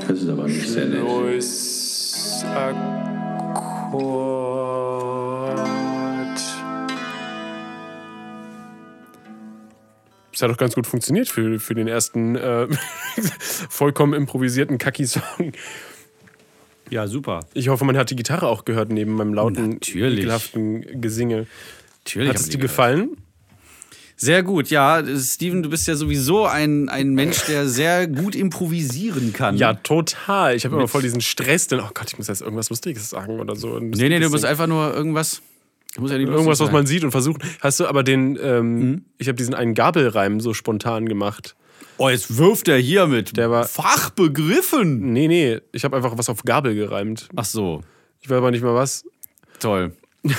Speaker 4: Das ist aber nicht sehr nett.
Speaker 3: Los, Akkord.
Speaker 1: Das hat doch ganz gut funktioniert für, für den ersten äh, vollkommen improvisierten Kacki-Song.
Speaker 2: Ja, super.
Speaker 1: Ich hoffe, man hat die Gitarre auch gehört neben meinem lauten,
Speaker 2: Natürlich.
Speaker 1: ekelhaften Gesinge.
Speaker 2: Natürlich.
Speaker 1: Hat
Speaker 2: haben
Speaker 1: es
Speaker 2: die
Speaker 1: dir
Speaker 2: gehört.
Speaker 1: gefallen?
Speaker 2: Sehr gut, ja. Steven, du bist ja sowieso ein, ein Mensch, der sehr gut improvisieren kann.
Speaker 1: Ja, total. Ich habe immer voll diesen Stress, denn, oh Gott, ich muss jetzt irgendwas Lustiges sagen oder so. Ein
Speaker 2: Nee, nee, du
Speaker 1: lustiges
Speaker 2: musst
Speaker 1: Ding.
Speaker 2: einfach nur irgendwas. Du musst ja nicht
Speaker 1: Irgendwas,
Speaker 2: lustig
Speaker 1: was
Speaker 2: sein.
Speaker 1: man sieht und versucht. Hast du aber den, ähm, ich habe diesen einen Gabelreim so spontan gemacht.
Speaker 2: Oh, jetzt wirft er hier mit.
Speaker 1: Der war- Mhm.
Speaker 2: Fachbegriffen.
Speaker 1: Nee, nee, ich habe einfach was auf Gabel gereimt.
Speaker 2: Ach so,
Speaker 1: Ich weiß aber nicht mal was.
Speaker 2: toll. Jetzt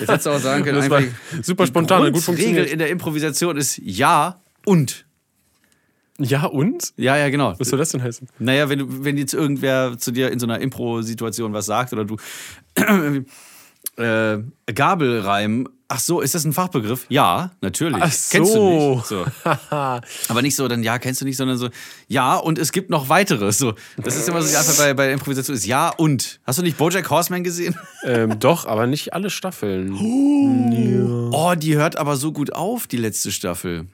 Speaker 2: hättest du auch sagen können,
Speaker 1: Das war
Speaker 2: einfach.
Speaker 1: super
Speaker 2: die
Speaker 1: spontan und gut
Speaker 2: Grundregel
Speaker 1: funktioniert.
Speaker 2: in der Improvisation ist ja und.
Speaker 1: Ja, und?
Speaker 2: Ja, ja, genau.
Speaker 1: Was soll das denn heißen?
Speaker 2: Naja, wenn, du, wenn jetzt irgendwer zu dir in so einer Impro-Situation was sagt oder du äh, Gabelreim. Ach so, ist das ein Fachbegriff? Ja, natürlich.
Speaker 1: Ach so.
Speaker 2: Kennst du nicht. So. Aber nicht so, dann ja, kennst du nicht, sondern so, ja, und es gibt noch weitere. So, das ist immer so die Antwort bei, bei der Improvisation ist ja und. Hast du nicht Bojack Horseman gesehen?
Speaker 1: ähm, doch, aber nicht alle Staffeln.
Speaker 2: Oh, die hört aber so gut auf, die letzte Staffel.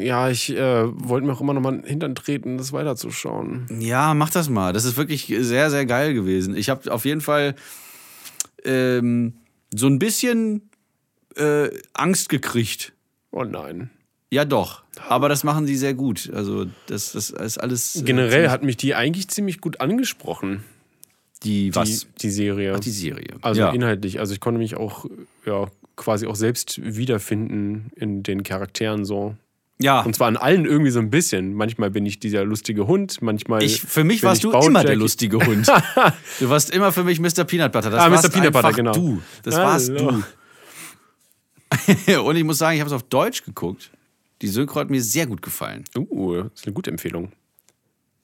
Speaker 1: Ja, ich äh, wollte mir auch immer noch mal in den Hintern treten, das weiterzuschauen.
Speaker 2: Ja, mach das mal. Das ist wirklich sehr, sehr geil gewesen. Ich habe auf jeden Fall ähm, so ein bisschen äh, Angst gekriegt.
Speaker 1: Oh nein.
Speaker 2: Ja, doch. Aber das machen sie sehr gut. Also, das, das ist alles. äh,
Speaker 1: Generell hat mich die eigentlich ziemlich gut angesprochen,
Speaker 2: Die, was?
Speaker 1: die, die Serie.
Speaker 2: Die Serie.
Speaker 1: Also
Speaker 2: ja.
Speaker 1: inhaltlich. Also ich konnte mich auch ja, quasi auch selbst wiederfinden in den Charakteren so.
Speaker 2: ja.
Speaker 1: Und zwar an allen irgendwie so ein bisschen. Manchmal bin ich dieser lustige Hund, manchmal.
Speaker 2: Ich, für mich
Speaker 1: bin
Speaker 2: warst
Speaker 1: ich
Speaker 2: du
Speaker 1: Bojack.
Speaker 2: immer der lustige Hund. Du warst immer für mich Mr. Peanut Butter. Das
Speaker 1: Ah, Mr.
Speaker 2: warst
Speaker 1: Peanut Butter,
Speaker 2: einfach
Speaker 1: genau.
Speaker 2: du. Das warst
Speaker 1: Hallo.
Speaker 2: du. Und ich muss sagen, ich habe es auf Deutsch geguckt. Die Synchro hat mir sehr gut gefallen.
Speaker 1: Uh, das ist eine gute Empfehlung.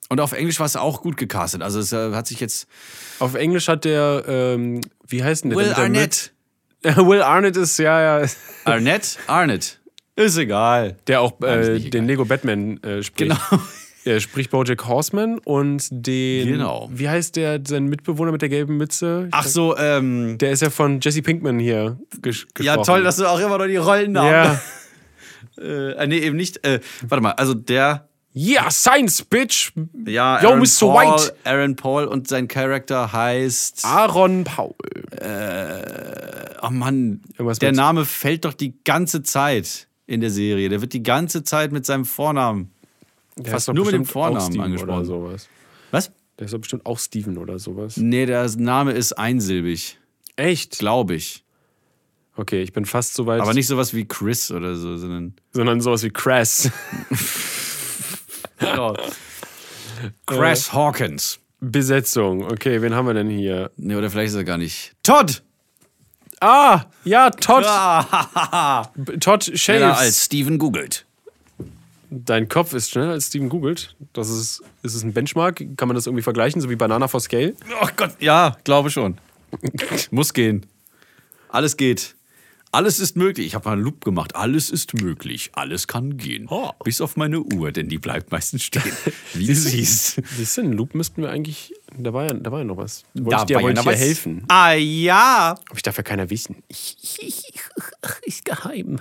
Speaker 2: Und auf Englisch war es auch gut gecastet. Also es äh, hat sich jetzt
Speaker 1: Auf Englisch hat der, ähm, wie heißt denn der?
Speaker 2: Will
Speaker 1: der mit
Speaker 2: Arnett.
Speaker 1: der Mütze- Will Arnett ist, ja, ja.
Speaker 2: Arnett? Arnett. Ist egal.
Speaker 1: Der auch
Speaker 2: ist
Speaker 1: äh,
Speaker 2: nicht egal.
Speaker 1: den Lego Batman äh, spricht.
Speaker 2: Genau.
Speaker 1: Er spricht Bojack Horseman und den.
Speaker 2: Genau.
Speaker 1: Wie heißt der, sein Mitbewohner mit der gelben Mütze?
Speaker 2: Ach so, ähm.
Speaker 1: Der ist ja von Jesse Pinkman hier ges gesprochen.
Speaker 2: Ja, toll, dass du auch immer noch die Rollen
Speaker 1: Ja,
Speaker 2: Äh, äh, nee, eben nicht. Äh, warte mal, also der,
Speaker 1: Yeah, Science, Bitch!
Speaker 2: ja,
Speaker 1: Yo,
Speaker 2: Aaron
Speaker 1: Mr.
Speaker 2: Paul,
Speaker 1: White.
Speaker 2: Aaron Paul und sein Charakter heißt,
Speaker 1: Aaron Paul.
Speaker 2: oh Mann,
Speaker 1: Irgendwas
Speaker 2: der
Speaker 1: mit-
Speaker 2: Name fällt doch die ganze Zeit in der Serie. Der wird die ganze Zeit mit seinem Vornamen,
Speaker 1: Der
Speaker 2: fast
Speaker 1: ist doch
Speaker 2: nur mit dem
Speaker 1: bestimmt
Speaker 2: Vornamen
Speaker 1: auch Steven
Speaker 2: angesprochen.
Speaker 1: Oder sowas.
Speaker 2: Was?
Speaker 1: Der ist doch bestimmt auch Steven oder sowas.
Speaker 2: Nee, der Name ist einsilbig,
Speaker 1: Echt?
Speaker 2: glaube ich.
Speaker 1: Okay, ich bin fast so weit.
Speaker 2: Aber nicht sowas wie Chris oder so, sondern
Speaker 1: Sondern sowas wie Crass.
Speaker 2: genau. Crash Hawkins.
Speaker 1: Besetzung. Okay, wen haben wir denn hier?
Speaker 2: Nee, oder vielleicht ist er gar nicht. Todd!
Speaker 1: Ah, ja, Todd. Ah, B- Todd
Speaker 2: Schneller
Speaker 1: Shelves.
Speaker 2: Genau, als Steven googelt.
Speaker 1: Dein Kopf ist schneller als Steven googelt. Das ist, ist es ein Benchmark? Kann man das irgendwie vergleichen? So wie Banana for Scale?
Speaker 2: Oh Gott, ja, glaube schon. Muss gehen. Alles geht. Alles ist möglich. Ich habe mal einen Loop gemacht. Alles ist möglich. Alles kann gehen.
Speaker 1: Oh.
Speaker 2: Bis auf meine Uhr, denn die bleibt meistens stehen. Wie du siehst.
Speaker 1: Siehst du, einen Loop müssten wir eigentlich. Da war ja, da war ja noch was. Wollte ich dir,
Speaker 2: war
Speaker 1: wollte ich
Speaker 2: noch
Speaker 1: dir
Speaker 2: was.
Speaker 1: helfen.
Speaker 2: Ah ja.
Speaker 1: Aber ich darf ja keiner wissen. Ist geheim.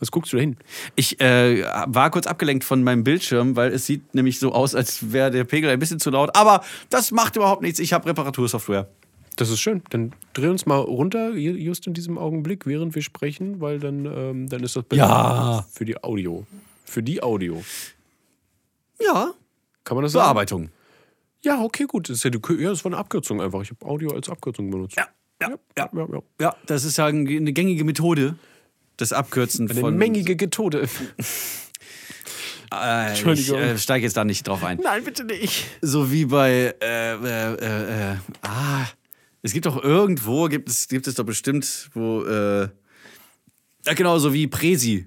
Speaker 1: Was guckst du da hin?
Speaker 2: Ich äh, war kurz abgelenkt von meinem Bildschirm, weil es sieht nämlich so aus, als wäre der Pegel ein bisschen zu laut. Aber das macht überhaupt nichts. Ich habe Reparatursoftware.
Speaker 1: Das ist schön. Dann dreh uns mal runter, ju- just in diesem Augenblick, während wir sprechen, weil dann, ähm, dann ist das besser
Speaker 2: Ja.
Speaker 1: für die Audio. Für die Audio.
Speaker 2: Ja.
Speaker 1: Kann man das sagen?
Speaker 2: Bearbeitung.
Speaker 1: Ja, okay, gut. Das ist ja, die, Kür- ja, das war eine Abkürzung einfach. Ich habe Audio als Abkürzung benutzt.
Speaker 2: Ja.
Speaker 1: ja. ja, ja.
Speaker 2: Ja, das ist ja eine gängige Methode. Das Abkürzen
Speaker 1: Eine
Speaker 2: von.
Speaker 1: mengige Getode.
Speaker 2: Äh,
Speaker 1: Entschuldigung.
Speaker 2: Ich äh, steige jetzt da nicht drauf ein.
Speaker 1: Nein, bitte nicht.
Speaker 2: So wie bei. Äh, äh, äh, äh, ah, es gibt doch irgendwo, gibt es, gibt es doch bestimmt, wo. Äh, ja, genau, so wie Präsi.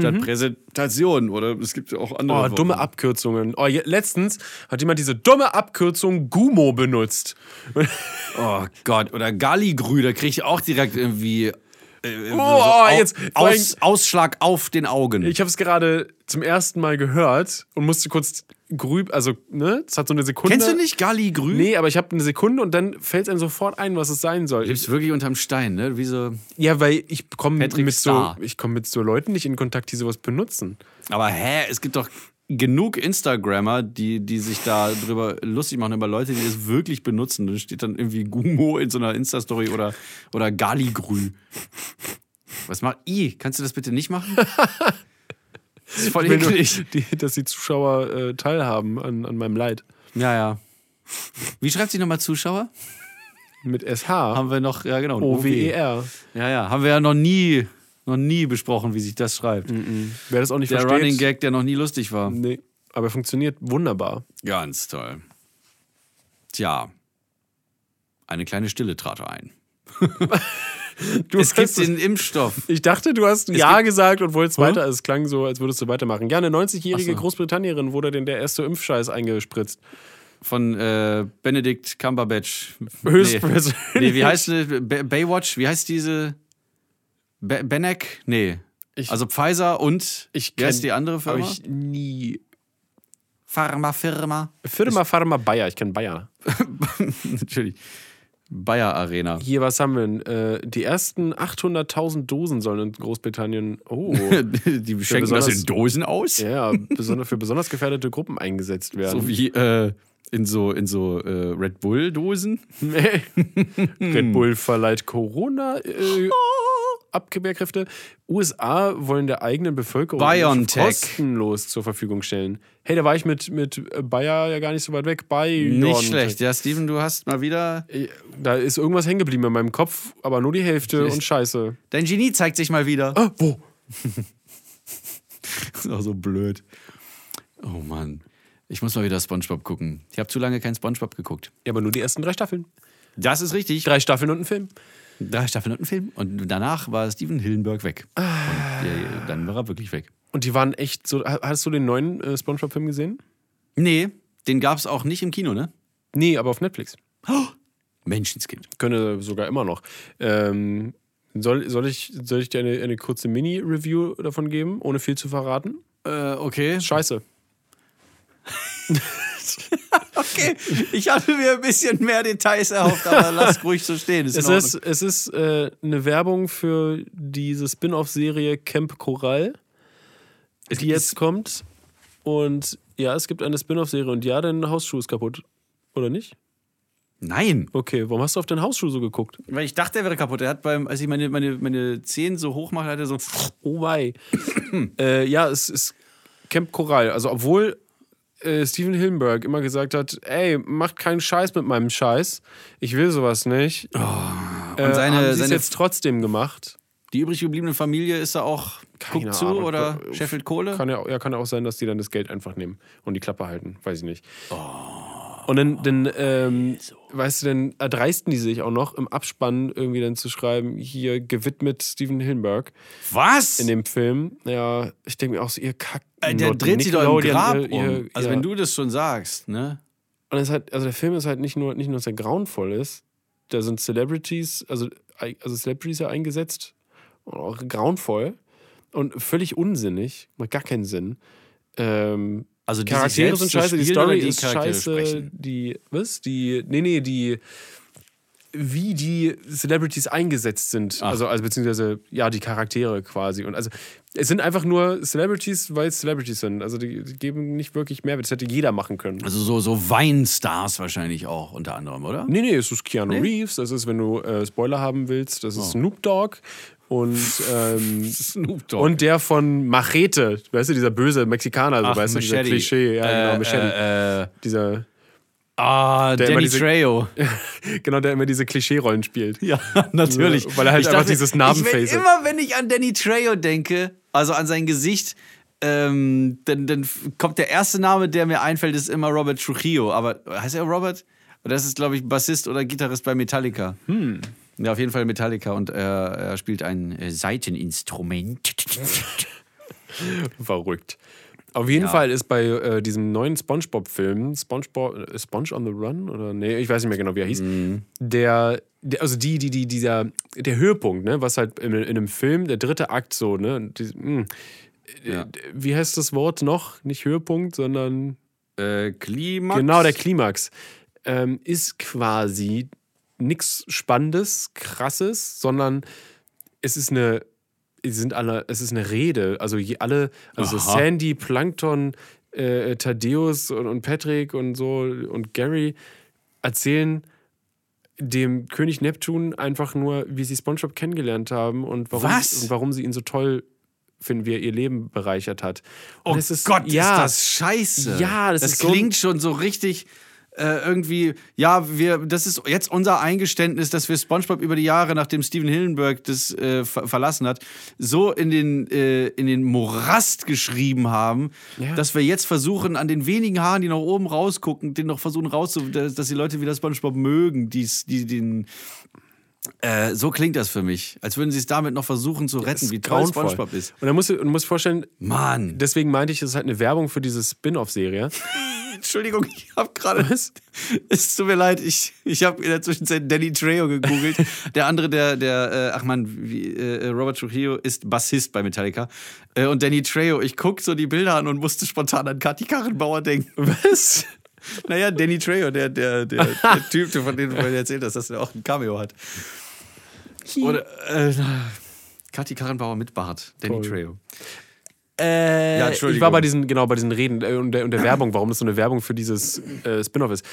Speaker 2: Statt Präsentation. Oder es gibt ja auch andere.
Speaker 1: Mhm. Oh,
Speaker 2: Worte.
Speaker 1: dumme Abkürzungen. Oh, je, letztens hat jemand diese dumme Abkürzung Gumo benutzt.
Speaker 2: Oh Gott, oder Galligrü, da kriege ich auch direkt irgendwie. Äh,
Speaker 1: Oh, jetzt-
Speaker 2: Aus, Ausschlag auf den Augen.
Speaker 1: Ich habe es gerade zum ersten Mal gehört und musste kurz grüb, also, ne? Es hat so eine Sekunde.
Speaker 2: Kennst du nicht Galligrü?
Speaker 1: Nee, aber ich habe eine Sekunde und dann fällt es einem sofort ein, was es sein soll.
Speaker 2: Lebst wirklich unterm Stein, ne? Wie so.
Speaker 1: Ja, weil ich komme
Speaker 2: Patrick
Speaker 1: mit, so,
Speaker 2: Star.
Speaker 1: ich komm mit so Leuten nicht in Kontakt, die sowas benutzen.
Speaker 2: Aber hä, es gibt doch genug Instagrammer, die, die sich da drüber lustig machen, über Leute, die das wirklich benutzen. Da steht dann irgendwie Gumo in so einer Insta-Story oder, oder Galigrü. Was macht I? Kannst du das bitte nicht machen? Das ist voll
Speaker 1: will nur,
Speaker 2: eklig.
Speaker 1: die, dass die Zuschauer äh, teilhaben an, an meinem Leid.
Speaker 2: Ja, ja. Wie schreibt sich nochmal Zuschauer?
Speaker 1: Mit SH,
Speaker 2: Haben wir noch, ja genau.
Speaker 1: E O-W-E-R.
Speaker 2: Ja, ja. Haben wir ja noch nie, noch nie besprochen, wie sich das schreibt.
Speaker 1: Wer das auch nicht
Speaker 2: Der
Speaker 1: versteht.
Speaker 2: Running Gag, der noch nie lustig war.
Speaker 1: Nee, aber funktioniert wunderbar.
Speaker 2: Ganz toll. Tja, eine kleine Stille trat ein.
Speaker 1: Du
Speaker 2: Es gibt
Speaker 1: hast es-
Speaker 2: den Impfstoff.
Speaker 1: ich dachte, du hast Ja gesagt und wolltest
Speaker 2: Hä?
Speaker 1: weiter. Es klang so, als würdest du weitermachen. Ja, eine 90-jährige
Speaker 2: Ach so.
Speaker 1: Großbritannierin wurde denn der erste Impfscheiß eingespritzt.
Speaker 2: Von äh, Benedict Cumberbatch.
Speaker 1: Höchstpersönlich.
Speaker 2: Nee. nee, wie heißt eine Ba- Baywatch? Wie heißt diese? Be Benek? Nee.
Speaker 1: Ich-
Speaker 2: also Pfizer und
Speaker 1: Ich
Speaker 2: wie heißt
Speaker 1: kenn-
Speaker 2: die andere
Speaker 1: Habe
Speaker 2: Firma?
Speaker 1: ich nie.
Speaker 2: Pharma Firma.
Speaker 1: Firma Pharma Bayer, ich kenne Bayer.
Speaker 2: Natürlich. Bayer Arena.
Speaker 1: Hier, was haben wir denn? Äh, die ersten 800.000 Dosen sollen in Großbritannien. Oh.
Speaker 2: Die schenken das
Speaker 1: besonders-
Speaker 2: in Dosen aus?
Speaker 1: ja, besonders, für besonders gefährdete Gruppen eingesetzt werden.
Speaker 2: So wie äh, in so, in so äh, Red Bull Dosen?
Speaker 1: Red Bull verleiht Corona. Äh, Abwehrkräfte. USA wollen der eigenen Bevölkerung
Speaker 2: BioNTech.
Speaker 1: kostenlos zur Verfügung stellen. Hey, da war ich mit, mit Bayer ja gar nicht so weit weg. BioNTech.
Speaker 2: Nicht schlecht. Ja, Steven, du hast mal wieder.
Speaker 1: Äh, Da ist irgendwas hängen geblieben in meinem Kopf, aber nur die Hälfte
Speaker 2: Ich-
Speaker 1: und Scheiße.
Speaker 2: Dein Genie zeigt sich mal wieder.
Speaker 1: Ah, wo?
Speaker 2: Das ist auch so blöd. Oh Mann. Ich muss mal wieder Spongebob gucken. Ich habe zu lange kein Spongebob geguckt.
Speaker 1: Ja, aber nur die ersten drei Staffeln.
Speaker 2: Das ist richtig.
Speaker 1: Drei Staffeln und ein Film.
Speaker 2: Drei Staffeln und ein Film. Und danach war Steven Hillenberg weg. Und ja, dann war er wirklich weg.
Speaker 1: Und die waren echt so. ha- Hast du den neuen äh, Spongebob-Film gesehen?
Speaker 2: Nee, den gab es auch nicht im Kino, ne?
Speaker 1: Nee, aber auf Netflix.
Speaker 2: Menschenskind.
Speaker 1: Könnte sogar immer noch. Ähm, soll, soll, ich, soll ich dir eine, eine kurze Mini-Review davon geben, ohne viel zu verraten?
Speaker 2: Äh, okay.
Speaker 1: Scheiße.
Speaker 2: Okay. Ich hatte mir ein bisschen mehr Details erhofft, aber lass ruhig so stehen. Ist
Speaker 1: Es ist, es ist äh, eine Werbung für diese Spin-off-Serie Camp Coral. die jetzt kommt. Und ja, es gibt eine Spin-off-Serie und ja, dein Hausschuh ist kaputt. Oder nicht?
Speaker 2: Nein.
Speaker 1: Okay, warum hast du auf deinen Hausschuh so geguckt?
Speaker 2: Weil ich dachte, er wäre kaputt. Er hat beim, als ich meine, meine, meine Zehen so hoch mache, hat er so.
Speaker 1: Oh wei. äh, ja, es ist Camp Coral. Also obwohl äh, Steven Hillenberg immer gesagt hat, ey, macht keinen Scheiß mit meinem Scheiß. Ich will sowas nicht.
Speaker 2: Oh. Und
Speaker 1: äh,
Speaker 2: seine,
Speaker 1: haben sie es
Speaker 2: seine
Speaker 1: jetzt trotzdem gemacht.
Speaker 2: die übrig gebliebene Familie ist da auch.
Speaker 1: Keine
Speaker 2: guckt zu
Speaker 1: Ahnung.
Speaker 2: oder
Speaker 1: Äh,
Speaker 2: scheffelt Kohle.
Speaker 1: Kann ja, ja, kann ja auch sein, dass die dann das Geld einfach nehmen und die Klappe halten. Weiß ich nicht.
Speaker 2: Oh.
Speaker 1: Und dann, dann ähm, weißt du, dann erdreisten die sich auch noch im Abspann irgendwie dann zu schreiben, hier gewidmet Steven Hillenberg
Speaker 2: Was?
Speaker 1: in dem Film. Ja, ich denke mir auch so, ihr Kack.
Speaker 2: Äh, der dreht sich doch im
Speaker 1: Nickelodeon,
Speaker 2: Grab
Speaker 1: ihr- ihr-
Speaker 2: um. Also
Speaker 1: ja.
Speaker 2: wenn du das schon sagst, ne?
Speaker 1: Und es hat, also der Film ist halt nicht nur, nicht nur, dass er grauenvoll ist, da sind Celebrities, also, also Celebrities ja eingesetzt und auch grauenvoll und völlig unsinnig, macht gar keinen Sinn. Ähm,
Speaker 2: Also die sich
Speaker 1: Charaktere
Speaker 2: selbst
Speaker 1: sind
Speaker 2: so
Speaker 1: scheiße, die
Speaker 2: spielen
Speaker 1: Story
Speaker 2: oder die
Speaker 1: ist
Speaker 2: Charaktere
Speaker 1: scheiße,
Speaker 2: sprechen?
Speaker 1: die, was? Die, nee, nee, die, wie die Celebrities eingesetzt sind.
Speaker 2: Ah.
Speaker 1: Also, also, beziehungsweise, ja, die Charaktere quasi. Und also, es sind einfach nur Celebrities, weil es Celebrities sind. Also, die, die geben nicht wirklich Mehrwert. Das hätte jeder machen können.
Speaker 2: Also so, so Weinstars wahrscheinlich auch unter anderem, oder?
Speaker 1: Nee, nee, es ist Keanu Reeves, das ist, wenn du äh, Spoiler haben willst, das ist
Speaker 2: Oh.
Speaker 1: Snoop Dogg und, ähm,
Speaker 2: Snoop Dogg.
Speaker 1: und der von Machete, weißt du, dieser böse Mexikaner, so,
Speaker 2: Ach,
Speaker 1: weißt du, dieser
Speaker 2: Machete.
Speaker 1: Klischee, ja,
Speaker 2: Äh,
Speaker 1: genau, Machete.
Speaker 2: äh, äh,
Speaker 1: dieser,
Speaker 2: ah,
Speaker 1: immer
Speaker 2: Danny
Speaker 1: diese-
Speaker 2: Trejo.
Speaker 1: genau, der immer diese Klischee-Rollen spielt.
Speaker 2: Ja, natürlich.
Speaker 1: Weil er halt einfach dieses Narbenface
Speaker 2: Ich
Speaker 1: ist.
Speaker 2: werd immer, wenn ich an Danny Trejo denke, also an sein Gesicht, ähm, dann, dann f- kommt der erste Name, der mir einfällt, ist immer Robert Trujillo. Aber heißt er Robert? Das ist, glaube ich, Bassist oder Gitarrist bei Metallica. Hm. Ja, auf jeden Fall Metallica und äh, er spielt ein äh, Saiteninstrument.
Speaker 1: Verrückt. Auf jeden
Speaker 2: Ja.
Speaker 1: Fall ist bei äh, diesem neuen SpongeBob-Film, SpongeBob, äh, Sponge on the Run oder nee, ich weiß nicht mehr genau, wie er hieß,
Speaker 2: Mhm.
Speaker 1: der, der, also die, die, die, dieser, der Höhepunkt, ne, was halt in, in einem Film, der dritte Akt so, ne, und die, mh, äh,
Speaker 2: Ja.
Speaker 1: d- wie heißt das Wort noch? Nicht Höhepunkt, sondern
Speaker 2: äh, Klimax.
Speaker 1: Genau, der Klimax. Ähm, ist quasi nichts Spannendes, Krasses, sondern es ist eine, es sind alle, es ist eine Rede. Also je, alle, also
Speaker 2: Aha.
Speaker 1: Sandy, Plankton, äh, Thaddeus und, und Patrick und so und Gary erzählen dem König Neptun einfach nur, wie sie SpongeBob kennengelernt haben und warum,
Speaker 2: Was?
Speaker 1: und warum sie ihn so toll finden, wie er ihr Leben bereichert hat.
Speaker 2: Oh
Speaker 1: Und es ist-
Speaker 2: Gott,
Speaker 1: ja,
Speaker 2: ist das scheiße.
Speaker 1: Ja, das
Speaker 2: das
Speaker 1: ist so-
Speaker 2: klingt schon so richtig äh, irgendwie. Ja, wir, das ist jetzt unser Eingeständnis, dass wir SpongeBob über die Jahre, nachdem Steven Hillenburg das äh, ver verlassen hat, so in den, äh, in den Morast geschrieben haben,
Speaker 1: Ja.
Speaker 2: dass wir jetzt versuchen, an den wenigen Haaren, die noch oben rausgucken, den noch versuchen rauszu, dass, dass die Leute wieder SpongeBob mögen, die's, die den. Äh, so klingt das für mich, als würden sie es damit noch versuchen zu retten, wie toll
Speaker 1: grauenvoll.
Speaker 2: SpongeBob ist.
Speaker 1: Und dann musst du, und du musst vorstellen,
Speaker 2: Mann.
Speaker 1: Deswegen meinte ich, es ist halt eine Werbung für diese Spin-off-Serie.
Speaker 2: Entschuldigung, ich habe gerade. Es tut mir leid, ich, ich habe in der Zwischenzeit Danny Trejo gegoogelt. der andere, der, der äh, ach man, wie, äh, Robert Trujillo ist Bassist bei Metallica. Äh, und Danny Trejo, ich guck so die Bilder an und musste spontan an Kathi Karrenbauer denken. Was? Naja, Danny Trejo, der, der, der, der Typ, der von dem du vorhin erzählt hast, dass er auch ein Cameo hat. Oder, äh, Kathi Karrenbauer mit Bart, Danny
Speaker 1: Toll.
Speaker 2: Trejo.
Speaker 1: Äh,
Speaker 2: Ja, Entschuldigung.
Speaker 1: ich war bei diesen, genau, bei diesen Reden äh, und der, und der Werbung, warum das so eine Werbung für dieses äh, Spin-off ist.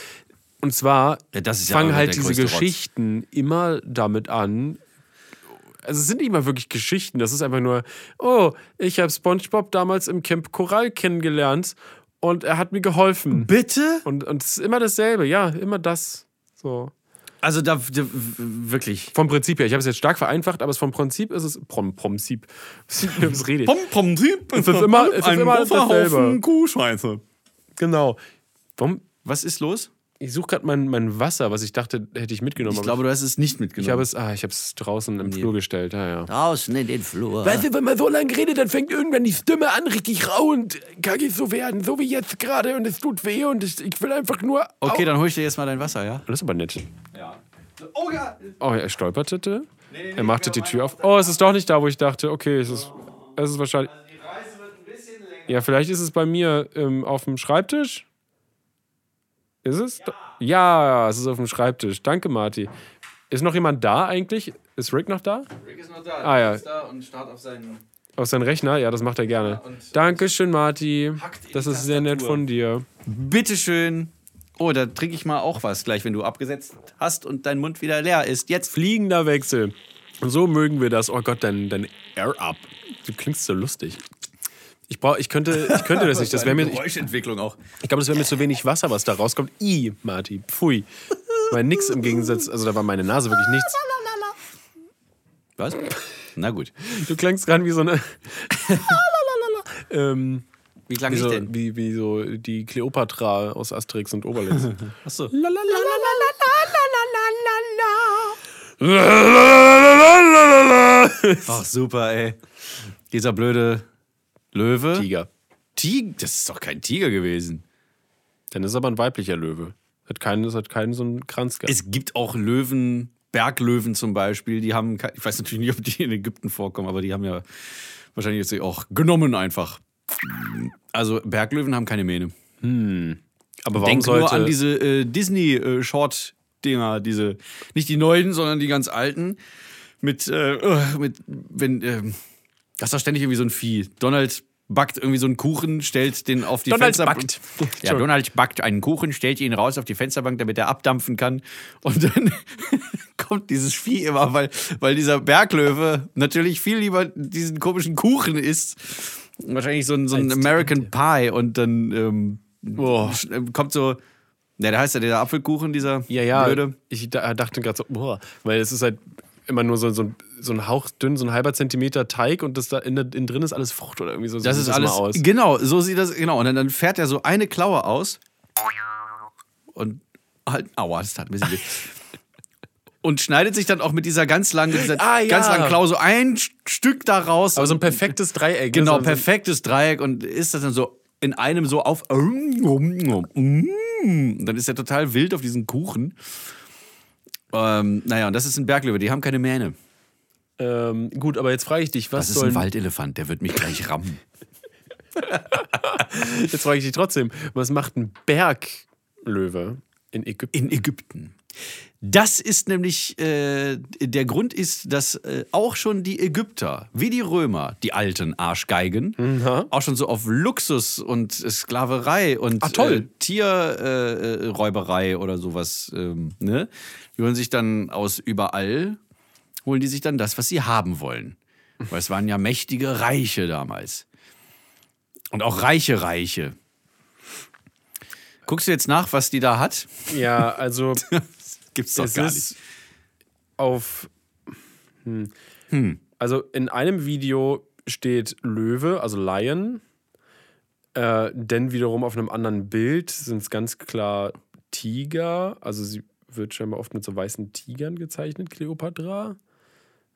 Speaker 1: Und zwar
Speaker 2: Ja, das ist ja
Speaker 1: fangen
Speaker 2: aber
Speaker 1: halt
Speaker 2: der
Speaker 1: diese
Speaker 2: größte Rotz.
Speaker 1: Geschichten immer damit an. Also es sind nicht mal wirklich Geschichten, das ist einfach nur, oh, ich habe SpongeBob damals im Camp Coral kennengelernt und er hat mir geholfen.
Speaker 2: Bitte?
Speaker 1: Und, und es ist immer dasselbe, ja, immer das. So.
Speaker 2: Also da, da wirklich.
Speaker 1: Vom Prinzip her, ich habe es jetzt stark vereinfacht, aber es vom Prinzip ist es. Prom, Promzip. Was rede ich?
Speaker 2: Pom, pom, sieb,
Speaker 1: Es ist immer- es ist
Speaker 2: ein
Speaker 1: immer
Speaker 2: großer
Speaker 1: dasselbe.
Speaker 2: Haufen Kuhscheiße.
Speaker 1: Genau. Warum?
Speaker 2: Was ist los?
Speaker 1: Ich suche gerade mein, mein Wasser, was ich dachte, hätte ich mitgenommen.
Speaker 2: Ich
Speaker 1: aber
Speaker 2: glaube, du hast es nicht mitgenommen.
Speaker 1: ich habe es, ah, ich habe es draußen im Flur gestellt. Ja, ja.
Speaker 2: draußen in den Flur.
Speaker 1: du, wenn man so lange redet, dann fängt irgendwann die Stimme an, richtig rau und kackig so werden, so wie jetzt gerade und es tut weh und ich, will einfach nur.
Speaker 2: Okay, dann hol ich dir jetzt mal dein Wasser, ja?
Speaker 1: Das ist aber nett.
Speaker 2: Ja. Oh ja!
Speaker 1: Oh, er stolperte. er machte die Tür auf. Oh, es ist doch nicht da, wo ich dachte. Okay, es ist, es ist wahrscheinlich.
Speaker 2: Also Die Reise wird ein bisschen länger.
Speaker 1: Ja, vielleicht ist es bei mir ähm, auf dem Schreibtisch. Ist es? Ja. es ist auf dem Schreibtisch. Danke, Marty. Ist noch jemand da eigentlich? Ist Rick noch da?
Speaker 2: Rick ist noch da.
Speaker 1: Ah, ja.
Speaker 2: Ist da und starrt auf seinen
Speaker 1: Auf seinen Rechner? Ja, das macht er gerne. Dankeschön, Marti.
Speaker 2: Hackt in
Speaker 1: Das
Speaker 2: die
Speaker 1: ist sehr nett
Speaker 2: Tastatur.
Speaker 1: von dir.
Speaker 2: Bitteschön. Oh, da trinke ich mal auch was gleich, wenn du abgesetzt hast und dein Mund wieder leer ist. Jetzt.
Speaker 1: Fliegender Wechsel. So mögen wir das. Oh Gott, dein, dein Air-Up. Du klingst so lustig. Ich, brauch, ich, könnte, ich könnte das nicht. Das wäre mir, ich,
Speaker 2: Geräuschentwicklung auch.
Speaker 1: ich glaube, das wäre mir zu wenig Wasser, was da rauskommt. I, Marti. Pfui. Weil nix im Gegensatz, also da war meine Nase wirklich nichts.
Speaker 2: Was? Na gut.
Speaker 1: Du klangst gerade wie so eine. ähm,
Speaker 2: Wie klang
Speaker 1: wie,
Speaker 2: ich
Speaker 1: so,
Speaker 2: denn?
Speaker 1: wie, wie so die Kleopatra aus Asterix und Obelix.
Speaker 2: Achso. Ach, super, ey. Dieser blöde Löwe.
Speaker 1: Tiger.
Speaker 2: Tiger? Das ist doch kein Tiger gewesen.
Speaker 1: Dann ist aber ein weiblicher Löwe. Hat keinen, hat keinen so einen Kranz gehabt.
Speaker 2: Es gibt auch Löwen, Berglöwen zum Beispiel, die haben, ke- ich weiß natürlich nicht, ob die in Ägypten vorkommen, aber die haben ja wahrscheinlich jetzt auch genommen einfach. Also Berglöwen haben keine Mähne.
Speaker 1: aber warum
Speaker 2: Denk
Speaker 1: sollte.
Speaker 2: nur an diese äh, Disney-Short-Dinger, diese, nicht die neuen, sondern die ganz alten. Mit, äh, ugh, mit wenn, ähm, das ist doch ständig irgendwie so ein Vieh. Donald backt irgendwie so einen Kuchen, stellt den auf die
Speaker 1: Donald
Speaker 2: Fensterbank.
Speaker 1: backt.
Speaker 2: Ja, Donald backt einen Kuchen, stellt ihn raus auf die Fensterbank, damit er abdampfen kann. Und dann kommt dieses Vieh immer, weil, weil dieser Berglöwe natürlich viel lieber diesen komischen Kuchen isst. Wahrscheinlich so ein, so ein American Pie. Und dann ähm, sch- kommt so, na, der heißt ja dieser Apfelkuchen, dieser
Speaker 1: ja, ja.
Speaker 2: blöde.
Speaker 1: Ich da, dachte gerade so, boah, weil es ist halt immer nur so, so, ein- so ein Hauch dünn, so ein halber Zentimeter Teig und das da innen innen drin ist alles Frucht oder irgendwie so. so
Speaker 2: Das
Speaker 1: sieht
Speaker 2: ist alles.
Speaker 1: mal aus.
Speaker 2: Genau, so sieht das. Genau. Und dann, dann fährt er so eine Klaue aus. Und halt. Aua, das tat ein bisschen weh. Und schneidet sich dann auch mit dieser ganz langen, mit dieser
Speaker 1: Ah, ja.
Speaker 2: ganz langen Klaue so ein Sch- Stück daraus.
Speaker 1: Aber so ein perfektes Dreieck. ne?
Speaker 2: genau,
Speaker 1: so,
Speaker 2: perfektes Dreieck. Und ist das dann so in einem so auf. Dann ist er total wild auf diesen Kuchen. Ähm, naja, und das ist ein Berglöwe, die haben keine Mähne.
Speaker 1: So, ähm, gut, aber jetzt frage ich dich, was
Speaker 2: Das ist ein
Speaker 1: sollen
Speaker 2: Waldelefant, der wird mich gleich rammen.
Speaker 1: Jetzt frage ich dich trotzdem, was macht ein Berglöwe in Ägypten?
Speaker 2: in Ägypten. Das ist nämlich, äh, der Grund ist, dass äh, auch schon die Ägypter, wie die Römer, die alten Arschgeigen, auch schon so auf Luxus und Sklaverei und
Speaker 1: Ah, toll.
Speaker 2: Äh, Tierräuberei äh, Räuberei oder sowas, ähm, ne? die holen sich dann aus überall, holen die sich dann das, was sie haben wollen. Weil es waren ja mächtige Reiche damals. Und auch reiche Reiche. Guckst du jetzt nach, was die da hat?
Speaker 1: Ja, also
Speaker 2: Gibt's doch
Speaker 1: es
Speaker 2: gar
Speaker 1: ist
Speaker 2: nicht.
Speaker 1: auf. Hm. Also in einem Video steht Löwe, also Lion. Äh, denn wiederum auf einem anderen Bild sind es ganz klar Tiger. Also sie wird scheinbar oft mit so weißen Tigern gezeichnet, Cleopatra.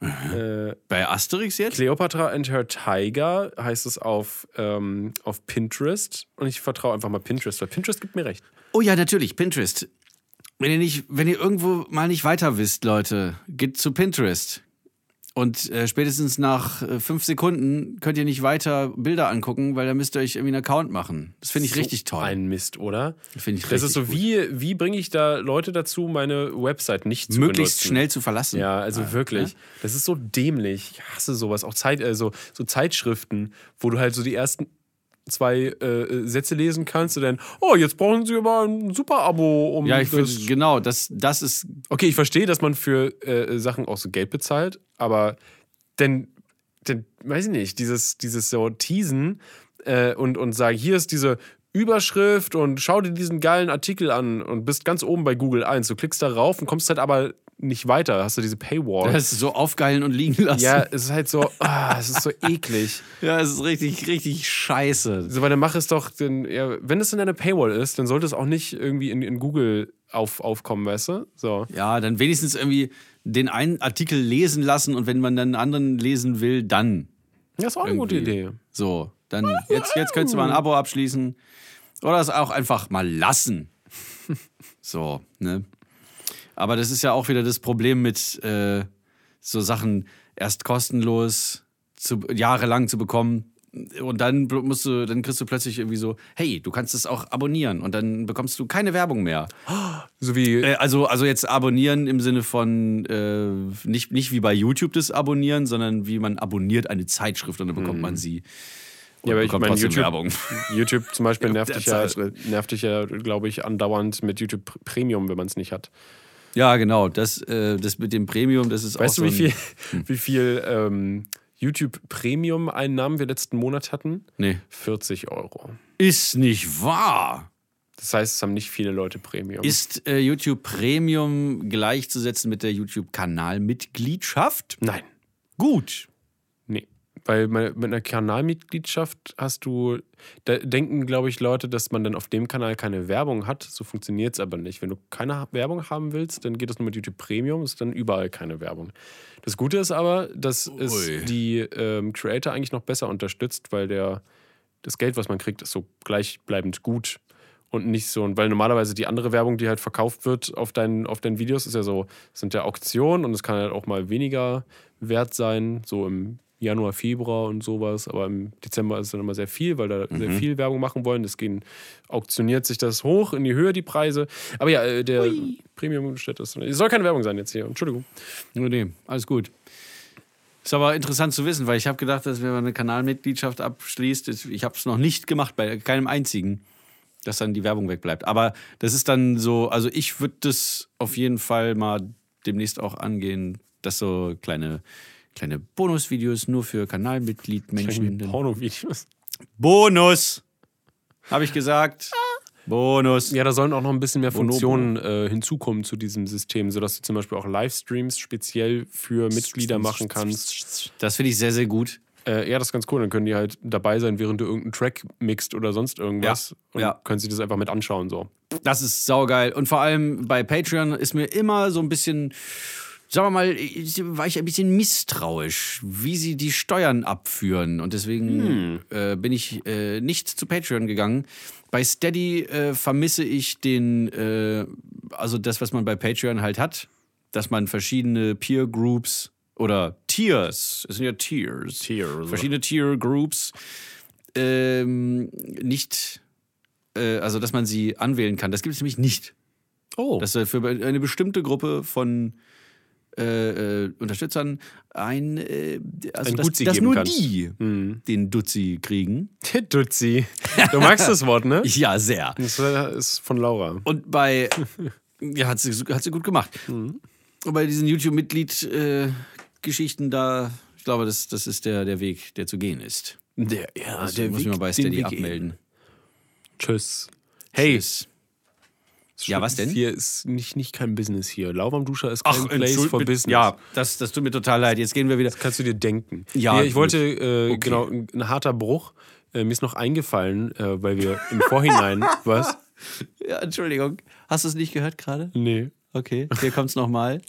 Speaker 1: Äh,
Speaker 2: Bei Asterix jetzt?
Speaker 1: Cleopatra and her Tiger heißt es auf, ähm, auf Pinterest. Und ich vertraue einfach mal Pinterest, weil Pinterest gibt mir recht.
Speaker 2: Oh ja, natürlich, Pinterest. Wenn ihr nicht, wenn ihr irgendwo mal nicht weiter wisst, Leute, geht zu Pinterest. Und äh, spätestens nach äh, fünf Sekunden könnt ihr nicht weiter Bilder angucken, weil da müsst ihr euch irgendwie einen Account machen. Das finde ich
Speaker 1: So
Speaker 2: richtig toll.
Speaker 1: Ein Mist, oder?
Speaker 2: Finde ich
Speaker 1: Das ist
Speaker 2: richtig
Speaker 1: so,
Speaker 2: gut.
Speaker 1: wie, wie bringe ich da Leute dazu, meine Website nicht zu
Speaker 2: Möglichst
Speaker 1: benutzen?
Speaker 2: schnell Ah, zu verlassen.
Speaker 1: Ja, also wirklich. Das ist so dämlich. Ich hasse sowas. Auch Zeit, also so Zeitschriften, wo du halt so die ersten zwei äh, Sätze lesen kannst und dann, oh, jetzt brauchen sie aber ein Super-Abo, um
Speaker 2: Ja, ich
Speaker 1: das
Speaker 2: finde, genau, das, das ist
Speaker 1: Okay, ich verstehe, dass man für äh, Sachen auch so Geld bezahlt, aber denn, denn weiß ich nicht, dieses, dieses so Teasen äh, und, und sagen, hier ist diese Überschrift und schau dir diesen geilen Artikel an und bist ganz oben bei Google 1. Du klickst da rauf und kommst halt aber nicht weiter, hast du diese Paywall.
Speaker 2: das ist so aufgeilen und liegen lassen.
Speaker 1: ja, es ist halt so, ah, es ist so eklig.
Speaker 2: ja, es ist richtig, richtig scheiße.
Speaker 1: So, weil dann mach es doch, denn, ja, wenn es in deiner Paywall ist, dann sollte es auch nicht irgendwie in, in Google auf, aufkommen, weißt du? So.
Speaker 2: Ja, dann wenigstens irgendwie den einen Artikel lesen lassen und wenn man dann einen anderen lesen will, dann.
Speaker 1: Ja, ist auch eine gute
Speaker 2: Irgendwie.
Speaker 1: Idee.
Speaker 2: So, dann jetzt, jetzt könntest du mal ein Abo abschließen. Oder es auch einfach mal lassen. So, ne? Aber das ist ja auch wieder das Problem mit äh, so Sachen erst kostenlos zu, jahrelang zu bekommen Und dann bl- musst du, dann kriegst du plötzlich irgendwie so, hey, du kannst es auch abonnieren und dann bekommst du keine Werbung mehr.
Speaker 1: So wie
Speaker 2: Äh, also, also jetzt abonnieren im Sinne von äh, nicht, nicht wie bei YouTube das Abonnieren, sondern wie man abonniert eine Zeitschrift und dann bekommt man sie. Und
Speaker 1: Mhm. Ja, aber ich
Speaker 2: bekommt
Speaker 1: meine,
Speaker 2: trotzdem
Speaker 1: YouTube,
Speaker 2: Werbung.
Speaker 1: YouTube zum Beispiel nervt
Speaker 2: der
Speaker 1: dich ja,
Speaker 2: Zeitschrift.
Speaker 1: nervt dich ja glaube ich, andauernd mit YouTube Pr- Premium, wenn man es nicht hat.
Speaker 2: Ja, genau. Das, äh, das mit dem Premium, das ist auch
Speaker 1: Weißt
Speaker 2: so
Speaker 1: du, wie
Speaker 2: ein-
Speaker 1: viel, wie viel ähm, YouTube Premium Einnahmen wir letzten Monat hatten?
Speaker 2: Nee.
Speaker 1: 40 Euro.
Speaker 2: Ist nicht wahr.
Speaker 1: Das heißt, es haben nicht viele Leute Premium.
Speaker 2: Ist äh, YouTube Premium gleichzusetzen mit der YouTube-Kanalmitgliedschaft?
Speaker 1: Nein.
Speaker 2: Gut.
Speaker 1: Nee. Weil man- mit einer Kanalmitgliedschaft hast du, da denken, glaube ich, Leute, dass man dann auf dem Kanal keine Werbung hat. So funktioniert es aber nicht. Wenn du keine Ha- Werbung haben willst, dann geht das nur mit YouTube Premium, ist dann überall keine Werbung. Das Gute ist aber, dass
Speaker 2: Ui.
Speaker 1: es die ähm, Creator eigentlich noch besser unterstützt, weil der, das Geld, was man kriegt, ist so gleichbleibend gut. Und nicht so, ein- weil normalerweise die andere Werbung, die halt verkauft wird auf deinen, auf deinen Videos, ist ja so, sind ja Auktionen und es kann halt auch mal weniger wert sein, so im Januar, Februar und sowas. Aber im Dezember ist es dann immer sehr viel, weil da sehr viel Werbung machen wollen. Deswegen auktioniert sich das hoch in die Höhe, die Preise. Aber ja, äh, der Premium steht das. Es soll keine Werbung sein jetzt hier, Entschuldigung.
Speaker 2: Nur nee, alles gut. Ist aber interessant zu wissen, weil ich habe gedacht, dass wenn man eine Kanalmitgliedschaft abschließt, ist- ich habe es noch nicht gemacht, bei keinem einzigen, dass dann die Werbung wegbleibt. Aber das ist dann so, also ich würde das auf jeden Fall mal demnächst auch angehen, dass so kleine, kleine Bonusvideos nur für Kanalmitglied-Menschen. dann-
Speaker 1: Porno-Videos.
Speaker 2: Bonus! Habe ich gesagt. Bonus.
Speaker 1: Ja, da sollen auch noch ein bisschen mehr
Speaker 2: Bonobo.
Speaker 1: Funktionen äh, hinzukommen zu diesem System, sodass du zum Beispiel auch Livestreams speziell für Mitglieder machen kannst.
Speaker 2: Das finde ich sehr, sehr gut.
Speaker 1: Äh, ja, das ist ganz cool. Dann können die halt dabei sein, während du irgendeinen Track mixt oder sonst irgendwas.
Speaker 2: Ja,
Speaker 1: Und
Speaker 2: ja.
Speaker 1: können sie das einfach mit anschauen. So.
Speaker 2: Das ist saugeil. Und vor allem bei Patreon ist mir immer so ein bisschen, sagen wir mal, ich- war ich ein bisschen misstrauisch, wie sie die Steuern abführen. Und deswegen äh, bin ich äh, nicht zu Patreon gegangen. Bei Steady äh, vermisse ich den, äh, also das, was man bei Patreon halt hat, dass man verschiedene Peer Groups oder Tiers, es sind ja Tiers,
Speaker 1: Tiers.
Speaker 2: verschiedene Tier Groups ähm, nicht äh, also dass man sie anwählen kann. Das gibt es nämlich nicht.
Speaker 1: Oh.
Speaker 2: Dass äh, für eine bestimmte Gruppe von äh, äh, Unterstützern ein, äh, also
Speaker 1: Ein
Speaker 2: dass,
Speaker 1: Gutzi
Speaker 2: dass
Speaker 1: geben
Speaker 2: nur
Speaker 1: kannst. Mhm.
Speaker 2: die den Dutzi kriegen.
Speaker 1: Dutzi. Du magst das Wort, ne?
Speaker 2: Ja, sehr.
Speaker 1: Das äh, ist von Laura.
Speaker 2: Und bei ja, hat sie, hat sie gut gemacht.
Speaker 1: Mhm.
Speaker 2: Und bei diesen YouTube-Mitglied-Geschichten da, ich glaube, das, das ist der, der Weg, der zu gehen ist.
Speaker 1: Der, ja,
Speaker 2: Also muss ich mal bei Steady abmelden.
Speaker 1: Tschüss. Hey.
Speaker 2: Tschüss. Ja, was denn?
Speaker 1: Hier ist nicht, nicht kein Business hier. Lauf am Duscher ist kein
Speaker 2: Ach,
Speaker 1: Place
Speaker 2: Entschuldigung.
Speaker 1: for Business.
Speaker 2: Ja, das, das tut mir total leid. Jetzt gehen wir wieder.
Speaker 1: Kannst du dir denken.
Speaker 2: Ja,
Speaker 1: Hier, ich
Speaker 2: gut.
Speaker 1: wollte, äh, genau, ein, ein harter Bruch. Äh, mir ist noch eingefallen, äh, weil wir im Vorhinein, was?
Speaker 2: Ja, Entschuldigung. Hast du es nicht gehört gerade?
Speaker 1: Nee.
Speaker 2: Okay, hier kommt's nochmal.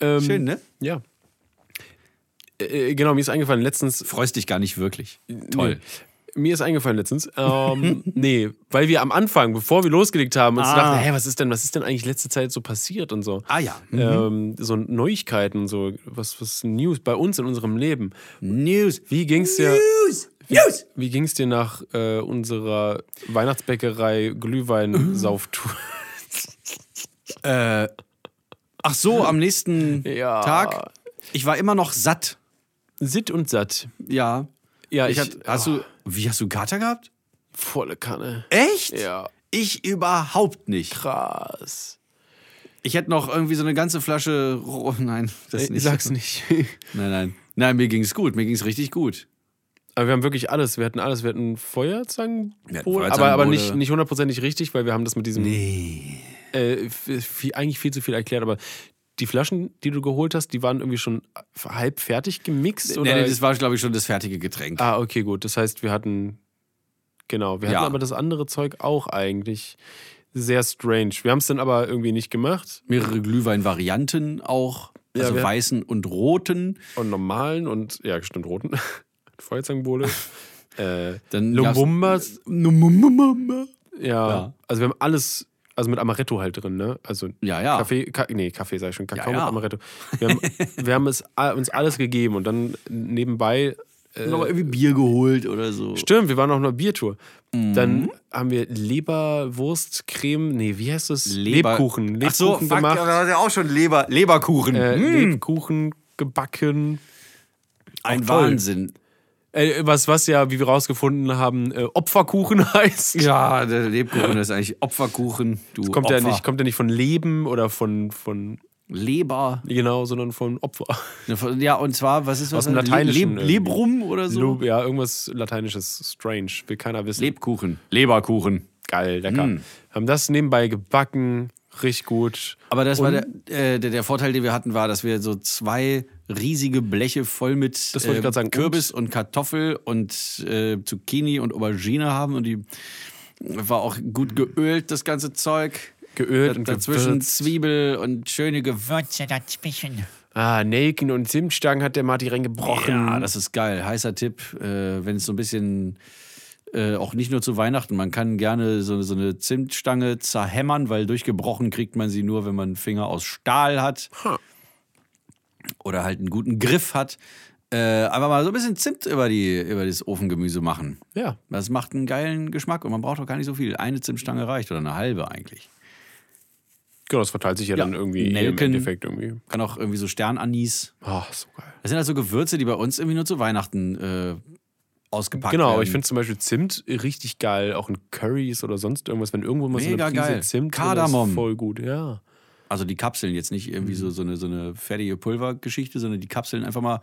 Speaker 1: Ähm,
Speaker 2: Schön, ne?
Speaker 1: Ja. Äh, genau, mir ist eingefallen, letztens
Speaker 2: Freust dich gar nicht wirklich. Toll.
Speaker 1: Nee. Mir ist eingefallen letztens, ähm, nee, weil wir am Anfang, bevor wir losgelegt haben, uns
Speaker 2: Ah.
Speaker 1: dachten, hä, was ist denn, was ist denn eigentlich letzte Zeit so passiert und so.
Speaker 2: Ah ja.
Speaker 1: Ähm, so Neuigkeiten, so was, was News bei uns in unserem Leben.
Speaker 2: News.
Speaker 1: Wie ging's dir?
Speaker 2: News. News.
Speaker 1: Wie ging's dir nach äh, unserer Weihnachtsbäckerei Glühwein-Sauftour?
Speaker 2: Ach so, am nächsten
Speaker 1: Ja.
Speaker 2: Tag. Ich war immer noch satt.
Speaker 1: Sitt und satt.
Speaker 2: Ja.
Speaker 1: Ja, ich,
Speaker 2: Ich Ah. hatte, hast du, wie hast du Kater gehabt?
Speaker 1: volle Kanne.
Speaker 2: Echt?
Speaker 1: Ja,
Speaker 2: Ich überhaupt nicht.
Speaker 1: krass.
Speaker 2: Ich hätte noch irgendwie so eine ganze Flasche. Oh, nein, das
Speaker 1: Ich
Speaker 2: nicht.
Speaker 1: sag's nicht.
Speaker 2: Nein, nein. Nein, mir ging's gut. Mir ging's richtig gut.
Speaker 1: Aber wir haben wirklich alles. Wir hatten alles. Wir hatten
Speaker 2: Wir hatten
Speaker 1: Feuerzangenbowle, aber,
Speaker 2: Feuerzangenbowle.
Speaker 1: aber nicht, nicht hundertprozentig richtig, weil wir haben das mit diesem
Speaker 2: Nee.
Speaker 1: äh, viel, eigentlich viel zu viel erklärt. Aber die Flaschen, die du geholt hast, die waren irgendwie schon halb fertig gemixt? Oder?
Speaker 2: Nee, nee, das war, glaube ich, schon das fertige Getränk.
Speaker 1: ah, okay, gut. Das heißt, wir hatten. Genau, wir
Speaker 2: Ja.
Speaker 1: hatten aber das andere Zeug auch eigentlich sehr strange. Wir haben es dann aber irgendwie nicht gemacht.
Speaker 2: mehrere Glühwein-Varianten auch.
Speaker 1: Ja,
Speaker 2: Also
Speaker 1: wir-
Speaker 2: weißen und roten.
Speaker 1: Und normalen und, ja, stimmt, roten. Feuerzangenbowle. äh,
Speaker 2: Dann
Speaker 1: Lumbumbas.
Speaker 2: gab's- Lumbumbas.
Speaker 1: Ja.
Speaker 2: Ja.
Speaker 1: Also wir haben alles, also mit Amaretto halt drin, ne? Also
Speaker 2: Ja, ja.
Speaker 1: Kaffee, Ka nee, Kaffee sag ich schon, Kakao
Speaker 2: Ja, ja.
Speaker 1: mit Amaretto. Wir haben, wir haben es, a- uns alles gegeben und dann nebenbei
Speaker 2: Äh, Nochmal irgendwie Bier geholt oder so.
Speaker 1: Stimmt, wir waren auf einer Biertour.
Speaker 2: Mhm.
Speaker 1: Dann haben wir Leberwurstcreme, nee, wie heißt das?
Speaker 2: Leber-
Speaker 1: Lebkuchen. Lebkuchen
Speaker 2: Ach so, fuck,
Speaker 1: gemacht.
Speaker 2: da hat er auch schon Leber, Leberkuchen.
Speaker 1: Äh,
Speaker 2: Hm,
Speaker 1: Lebkuchen gebacken.
Speaker 2: ein
Speaker 1: toll.
Speaker 2: Wahnsinn.
Speaker 1: Äh, was, was ja, wie wir rausgefunden haben, äh, Opferkuchen heißt.
Speaker 2: Ja, der Lebkuchen ist eigentlich Opferkuchen. Du
Speaker 1: Kommt
Speaker 2: Opfer.
Speaker 1: ja nicht, kommt ja nicht von Leben oder von, von
Speaker 2: Leber.
Speaker 1: genau, sondern von Opfer.
Speaker 2: Ja, und zwar, was ist was?
Speaker 1: Aus dem
Speaker 2: Le-
Speaker 1: Lateinischen
Speaker 2: Le
Speaker 1: irgendwie.
Speaker 2: Lebrum oder so?
Speaker 1: Lob, ja, irgendwas Lateinisches, strange, will keiner wissen.
Speaker 2: Lebkuchen. Leberkuchen.
Speaker 1: Geil, lecker.
Speaker 2: Mhm.
Speaker 1: Haben das nebenbei gebacken, richtig gut.
Speaker 2: Aber das war
Speaker 1: Und-
Speaker 2: der, äh, der, der Vorteil, den wir hatten, war, dass wir so zwei riesige Bleche voll mit äh,
Speaker 1: Das wollte ich grad sagen.
Speaker 2: Kürbis und Kartoffel und äh, Zucchini und Aubergine haben und die war auch gut geölt, das ganze Zeug.
Speaker 1: Geölt
Speaker 2: Da-
Speaker 1: und
Speaker 2: Dazwischen
Speaker 1: gewürzt.
Speaker 2: Zwiebel und schöne Gewürze.
Speaker 1: Ah, Nelken und Zimtstangen hat der Marty reingebrochen.
Speaker 2: Ja, das ist geil. Heißer Tipp, äh, wenn es so ein bisschen, äh, auch nicht nur zu Weihnachten, man kann gerne so, so eine Zimtstange zerhämmern, weil durchgebrochen kriegt man sie nur, wenn man einen Finger aus Stahl hat. Oder halt einen guten Griff hat. Äh, einfach mal so ein bisschen Zimt über, die, über das Ofengemüse machen.
Speaker 1: ja.
Speaker 2: Das macht einen geilen Geschmack und man braucht auch gar nicht so viel. Eine Zimtstange reicht oder eine halbe eigentlich.
Speaker 1: Genau, das verteilt sich ja,
Speaker 2: Ja,
Speaker 1: dann irgendwie
Speaker 2: Nelken.
Speaker 1: im Endeffekt irgendwie.
Speaker 2: Kann auch irgendwie so Sternanis.
Speaker 1: Ach, so geil.
Speaker 2: Das sind halt so Gewürze, die bei uns irgendwie nur zu Weihnachten äh, ausgepackt
Speaker 1: Genau,
Speaker 2: werden.
Speaker 1: aber ich finde zum Beispiel Zimt richtig geil, auch in Currys oder sonst irgendwas, wenn irgendwo mal so
Speaker 2: Mega
Speaker 1: eine Prise
Speaker 2: geil.
Speaker 1: Zimt drin
Speaker 2: Kardamom.
Speaker 1: ist, voll gut, ja.
Speaker 2: Also die Kapseln jetzt nicht irgendwie
Speaker 1: Mhm.
Speaker 2: so, so, eine, so eine fertige Pulvergeschichte, sondern die Kapseln einfach mal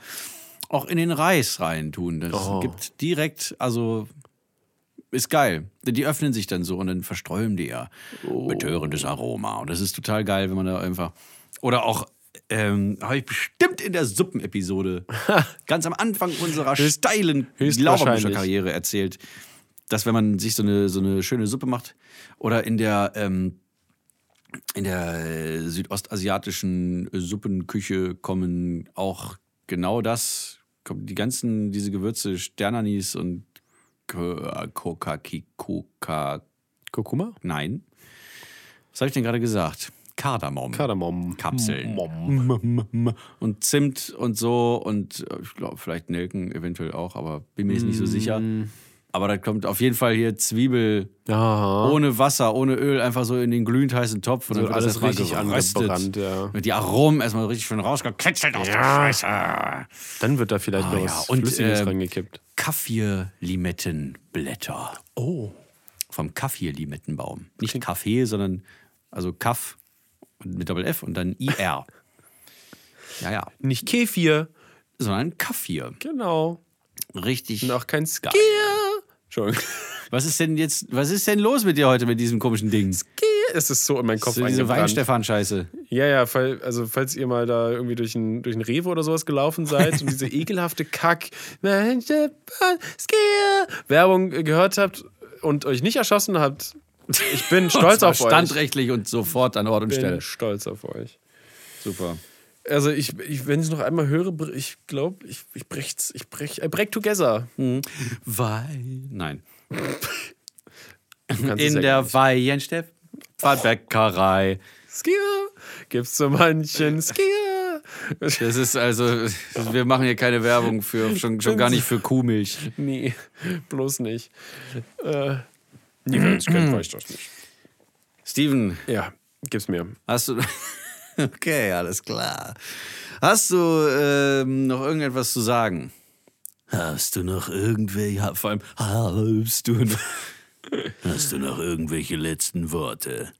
Speaker 2: auch in den Reis reintun. Das
Speaker 1: Oh.
Speaker 2: gibt direkt, also ist geil. Die öffnen sich dann so und dann versträuben die ja
Speaker 1: Oh.
Speaker 2: betörendes Aroma. Und das ist total geil, wenn man da einfach. Oder auch, ähm, habe ich bestimmt in der Suppenepisode ganz am Anfang unserer steilen
Speaker 1: höchstwahrscheinlich.
Speaker 2: Lauberbücher-Karriere erzählt, dass wenn man sich so eine, so eine schöne Suppe macht oder in der. Ähm, in der äh, südostasiatischen äh, Suppenküche kommen auch genau das, kommen die ganzen, diese Gewürze, Sternanis und K- Koka, Koka,
Speaker 1: Kurkuma?
Speaker 2: nein. Was habe ich denn gerade gesagt? Kardamom.
Speaker 1: Kardamom.
Speaker 2: Kapseln. Mm,
Speaker 1: Mom.
Speaker 2: Und Zimt und so und äh, ich glaube, vielleicht Nelken eventuell auch, aber bin mir jetzt nicht so sicher. Aber da kommt auf jeden Fall hier Zwiebel
Speaker 1: Aha.
Speaker 2: ohne Wasser, ohne Öl, einfach so in den glühend heißen Topf und
Speaker 1: So
Speaker 2: dann wird
Speaker 1: alles
Speaker 2: das erstmal
Speaker 1: richtig
Speaker 2: geröstet.
Speaker 1: angebrannt, ja.
Speaker 2: Wird die Aromen erstmal richtig schön rausgekitzelt aus der Scheiße.
Speaker 1: Dann wird da vielleicht noch
Speaker 2: Ah, ja,
Speaker 1: was
Speaker 2: und,
Speaker 1: Flüssiges
Speaker 2: äh,
Speaker 1: reingekippt.
Speaker 2: Kaffir-Limettenblätter.
Speaker 1: Oh.
Speaker 2: Vom Kaffir-Limettenbaum. Nicht Kaffee, sondern also Kaff und mit Doppel F und dann IR. ja, ja.
Speaker 1: Nicht Kefir.
Speaker 2: Sondern Kaffir.
Speaker 1: Genau.
Speaker 2: Richtig.
Speaker 1: Und auch kein Skier. Entschuldigung.
Speaker 2: Was ist denn jetzt, was ist denn los mit dir heute mit diesem komischen Ding?
Speaker 1: Es ist so in meinen Kopf
Speaker 2: So diese
Speaker 1: eingebrannt.
Speaker 2: Weinstefan-Scheiße.
Speaker 1: Ja, ja, fall, also falls ihr mal da irgendwie durch ein, durch ein Rewe oder sowas gelaufen seid und diese ekelhafte Kack äh, Werbung gehört habt und euch nicht erschossen habt, ich bin
Speaker 2: Und
Speaker 1: stolz
Speaker 2: zwar
Speaker 1: auf euch.
Speaker 2: Standrechtlich und sofort an Ort und
Speaker 1: Ich bin
Speaker 2: Stelle.
Speaker 1: stolz auf euch.
Speaker 2: Super.
Speaker 1: Also ich, ich wenn ich es noch einmal höre, br- ich glaube, ich, ich brech's, ich brech, I break together.
Speaker 2: Weil. Nein.
Speaker 1: Du kannst es ja
Speaker 2: In der
Speaker 1: gar nicht.
Speaker 2: Weihensteff. Bäckerei.
Speaker 1: Skier gibt's so manchen Skier.
Speaker 2: Das ist also, wir machen hier keine Werbung für, schon, schon gar nicht für Kuhmilch.
Speaker 1: Nee, bloß nicht. Äh, nie, wenn ich kennt, weiß ich das nicht.
Speaker 2: Steven,
Speaker 1: Ja, gib's mir.
Speaker 2: hast du. Okay, alles klar. Hast du ähm, noch irgendetwas zu sagen? Hast du noch irgendwelche, ja, vor allem, hast du noch, hast du noch irgendwelche letzten Worte?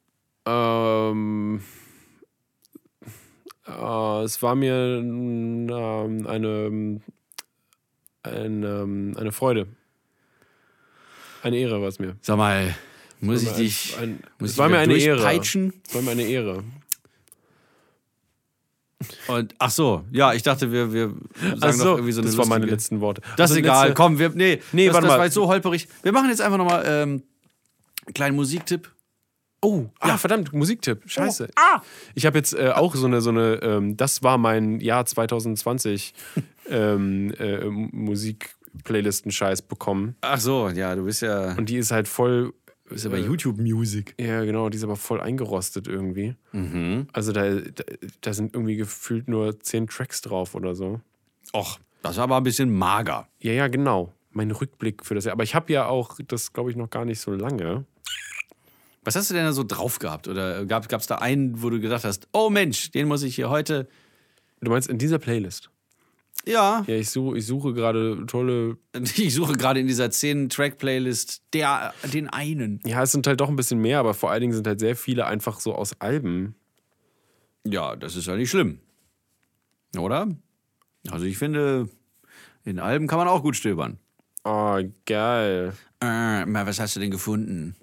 Speaker 1: Ähm, äh, es war mir n- ähm, eine, ähm, eine, eine Freude. Eine Ehre war es mir.
Speaker 2: Sag mal, muss ich
Speaker 1: Ein-
Speaker 2: dich,
Speaker 1: ein-
Speaker 2: muss
Speaker 1: es
Speaker 2: ich
Speaker 1: war mir
Speaker 2: wieder
Speaker 1: eine Ehre.
Speaker 2: durchpeitschen?
Speaker 1: Es war mir eine Ehre.
Speaker 2: Und ach so, ja, ich dachte, wir, wir sagen
Speaker 1: Ach so,
Speaker 2: noch irgendwie so eine
Speaker 1: das waren meine
Speaker 2: lustige-
Speaker 1: letzten Worte.
Speaker 2: Das ist
Speaker 1: Also
Speaker 2: egal,
Speaker 1: letzte-
Speaker 2: komm, wir, nee,
Speaker 1: Nee,
Speaker 2: das,
Speaker 1: warte
Speaker 2: das
Speaker 1: mal.
Speaker 2: war jetzt so holperig. Wir machen jetzt einfach nochmal ähm, einen kleinen Musiktipp.
Speaker 1: Oh, ja, verdammt,
Speaker 2: Oh,
Speaker 1: Musiktipp. Scheiße.
Speaker 2: ah.
Speaker 1: Ich habe jetzt äh, auch so eine, so eine ähm, das war mein Jahr 2020 ähm, äh, Musik-Playlisten-Scheiß bekommen.
Speaker 2: Ach so, ja, äh, du bist ja.
Speaker 1: Und die ist halt voll
Speaker 2: Ist ja bei YouTube Music.
Speaker 1: Ja, genau, die ist aber voll eingerostet irgendwie.
Speaker 2: Mhm.
Speaker 1: Also da, da, da sind irgendwie gefühlt nur zehn Tracks drauf oder so.
Speaker 2: Och, das war aber ein bisschen mager.
Speaker 1: Ja, ja, genau. Mein Rückblick für das Jahr. Aber ich habe ja auch, das glaube ich noch gar nicht so lange.
Speaker 2: Was hast du denn da so drauf gehabt? Oder gab es da einen, wo du gedacht hast, oh Mensch, den muss ich hier heute.
Speaker 1: Du meinst in dieser Playlist?
Speaker 2: Ja,
Speaker 1: Ja, ich suche, ich suche gerade tolle.
Speaker 2: ich suche gerade in dieser 10-Track-Playlist der, den einen.
Speaker 1: Ja, es sind halt doch ein bisschen mehr, aber vor allen Dingen sind halt sehr viele einfach so aus Alben.
Speaker 2: Ja, das ist ja nicht schlimm. Oder? Also ich finde, in Alben kann man auch gut stöbern.
Speaker 1: Oh, geil.
Speaker 2: Äh, mal, was hast du denn gefunden?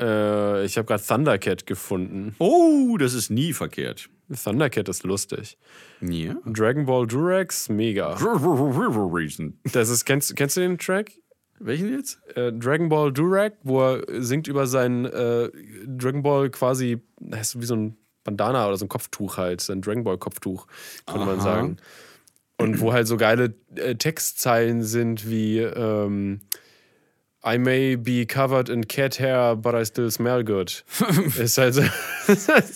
Speaker 1: Äh, ich habe gerade Thundercat gefunden.
Speaker 2: Oh, das ist nie verkehrt.
Speaker 1: Thundercat ist lustig.
Speaker 2: Ja.
Speaker 1: Dragon Ball Durex, mega.
Speaker 2: Reason.
Speaker 1: Das ist, kennst, kennst du den Track?
Speaker 2: Welchen jetzt?
Speaker 1: äh, Dragon Ball Durag, wo er singt über seinen äh, Dragon Ball quasi, na, ist wie so ein Bandana oder so ein Kopftuch halt, sein Dragon Ball Kopftuch, könnte man
Speaker 2: Aha.
Speaker 1: sagen. Und wo halt so geile äh, Textzeilen sind wie ähm, I may be covered in cat hair, but I still smell good. ist halt so.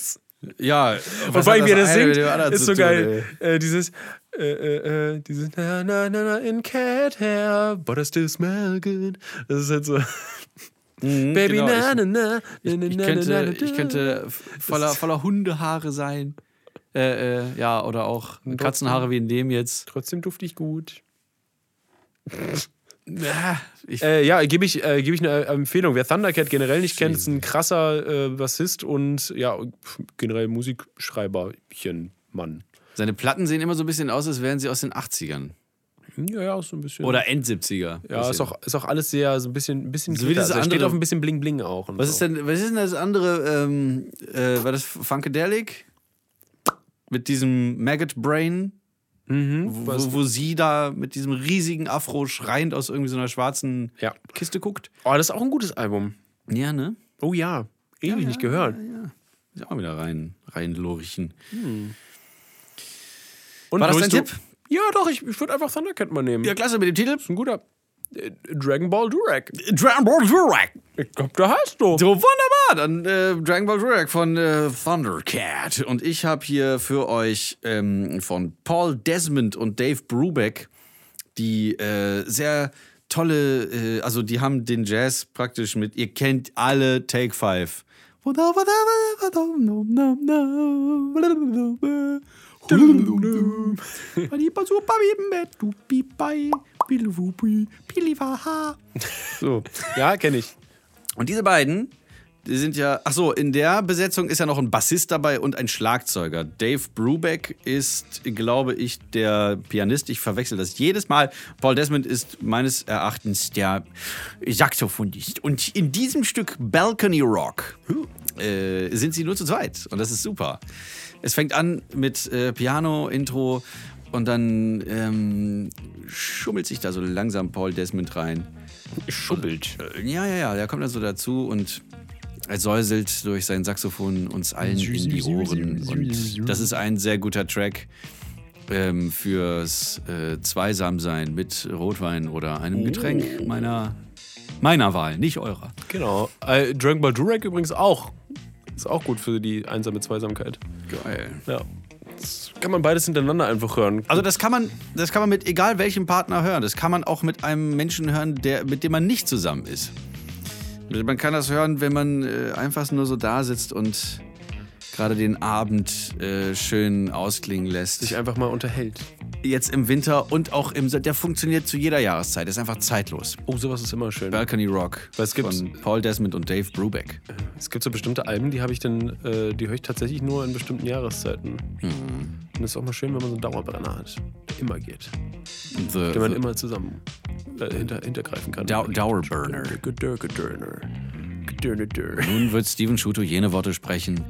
Speaker 2: Ja.
Speaker 1: Und
Speaker 2: was
Speaker 1: vor
Speaker 2: hat
Speaker 1: allem, wie er das
Speaker 2: eine mit
Speaker 1: singt,
Speaker 2: dem anderen
Speaker 1: ist
Speaker 2: zu
Speaker 1: so
Speaker 2: tun,
Speaker 1: geil. Äh, dieses, äh, äh, äh, dieses na, na, na, na, in cat hair, but I still smell good. Das ist halt so.
Speaker 2: ey? Mhm,
Speaker 1: Baby,
Speaker 2: genau,
Speaker 1: na,
Speaker 2: ich-
Speaker 1: na, na, na, na, na,
Speaker 2: Ich
Speaker 1: na, na,
Speaker 2: könnte,
Speaker 1: na.
Speaker 2: ich könnte f- voller, voller Hundehaare sein. Äh, äh, ja, oder auch Katzenhaare wie in dem jetzt.
Speaker 1: Trotzdem dufte ich gut.
Speaker 2: Ah, Ich,
Speaker 1: Äh, ja, gebe ich, äh, gebe ich eine Empfehlung. Wer Thundercat generell nicht kennt, ist ein krasser äh, Bassist und ja, pf, generell Musikschreiberchen. Mann.
Speaker 2: seine Platten sehen immer so ein bisschen aus, als wären sie aus den 80ern.
Speaker 1: Ja, ja, ist so ein bisschen.
Speaker 2: Oder End-70er.
Speaker 1: ja, ist auch, ist auch alles sehr so ein bisschen, ein bisschen
Speaker 2: So wie
Speaker 1: glitter.
Speaker 2: dieses
Speaker 1: also, steht
Speaker 2: andere-
Speaker 1: auf ein bisschen Bling Bling auch. und
Speaker 2: Was
Speaker 1: so.
Speaker 2: ist denn, was ist denn das andere? Ähm, äh, war das Funkadelic? Mit diesem Maggot Brain? Wo, wo, wo sie da mit diesem riesigen Afro schreiend aus irgendwie so einer schwarzen
Speaker 1: Ja.
Speaker 2: Kiste guckt?
Speaker 1: Oh, das ist auch ein gutes Album.
Speaker 2: Ja, ne?
Speaker 1: Oh ja. Ewig nicht gehört.
Speaker 2: Ist auch mal wieder rein, rein lurchen. Hm.
Speaker 1: Und
Speaker 2: War das
Speaker 1: willst
Speaker 2: dein
Speaker 1: du-
Speaker 2: Tipp?
Speaker 1: Ja, doch, ich, ich würde einfach Thundercat mal nehmen.
Speaker 2: Ja, klasse, mit dem Titel.
Speaker 1: Ist ein guter. Äh, Dragon Ball Durag.
Speaker 2: Dragon Ball Durak.
Speaker 1: Ich glaub, da hast du.
Speaker 2: So, wunderbar. Dann äh, Dragon Ball Durak von äh, Thundercat. Und ich habe hier für euch ähm, von Paul Desmond und Dave Brubeck die äh, sehr tolle, äh, also die haben den Jazz praktisch mit, ihr kennt alle Take Five.
Speaker 1: So. Ja, kenne ich.
Speaker 2: Und diese beiden, die sind ja, ach so, in der Besetzung ist ja noch ein Bassist dabei und ein Schlagzeuger. Dave Brubeck ist, glaube ich, der Pianist. Ich verwechsel das jedes Mal. Paul Desmond ist meines Erachtens der Saxophonist. Und in diesem Stück Balcony Rock äh, sind sie nur zu zweit. Und das ist super. Es fängt an mit äh, Piano-Intro und dann ähm, schummelt sich da so langsam Paul Desmond rein.
Speaker 1: Schubbelt.
Speaker 2: äh, Ja, ja, ja, der kommt dann so dazu und er säuselt durch sein Saxophon uns allen in die Ohren. Und das ist ein sehr guter Track ähm, fürs äh, Zweisamsein mit Rotwein oder einem Getränk meiner, meiner Wahl, nicht eurer.
Speaker 1: Genau. Äh, Dragon Ball Durag übrigens auch. Ist auch gut für die einsame Zweisamkeit.
Speaker 2: Geil.
Speaker 1: Ja. Das kann man beides hintereinander einfach hören.
Speaker 2: Also das kann man, das kann man mit egal welchem Partner hören. Das kann man auch mit einem Menschen hören, der, mit dem man nicht zusammen ist. Man kann das hören, wenn man äh, einfach nur so da sitzt und gerade den Abend äh, schön ausklingen lässt.
Speaker 1: Sich einfach mal unterhält.
Speaker 2: Jetzt im Winter und auch im Se- der funktioniert zu jeder Jahreszeit. Ist einfach zeitlos.
Speaker 1: Oh, sowas ist immer schön.
Speaker 2: Balcony Rock
Speaker 1: Was gibt's?
Speaker 2: von Paul Desmond und Dave Brubeck.
Speaker 1: Es gibt so bestimmte Alben, die habe ich dann, äh, die höre ich tatsächlich nur in bestimmten Jahreszeiten. Und das ist auch mal schön, wenn man so einen Dauerbrenner hat, der immer geht.
Speaker 2: The,
Speaker 1: Den man
Speaker 2: the
Speaker 1: immer zusammen äh, hinter, hintergreifen kann.
Speaker 2: Dau- Dauerburner.
Speaker 1: Gedör, gedörner. Gedörner, dörr.
Speaker 2: Nun wird Steven Schuto jene Worte sprechen,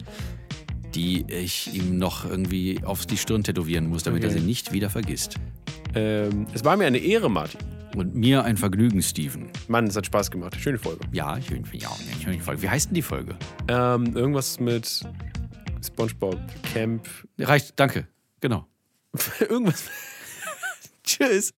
Speaker 2: die ich ihm noch irgendwie auf die Stirn tätowieren muss, damit er sie nicht wieder vergisst.
Speaker 1: Ähm, es war mir eine Ehre, Martin.
Speaker 2: Und mir ein Vergnügen, Steven.
Speaker 1: Mann, es hat Spaß gemacht. Schöne Folge.
Speaker 2: Ja, schön, ja, schön die Folge. Wie heißt denn die Folge?
Speaker 1: Ähm, irgendwas mit SpongeBob Camp.
Speaker 2: Reicht, danke. Genau.
Speaker 1: irgendwas
Speaker 2: Tschüss.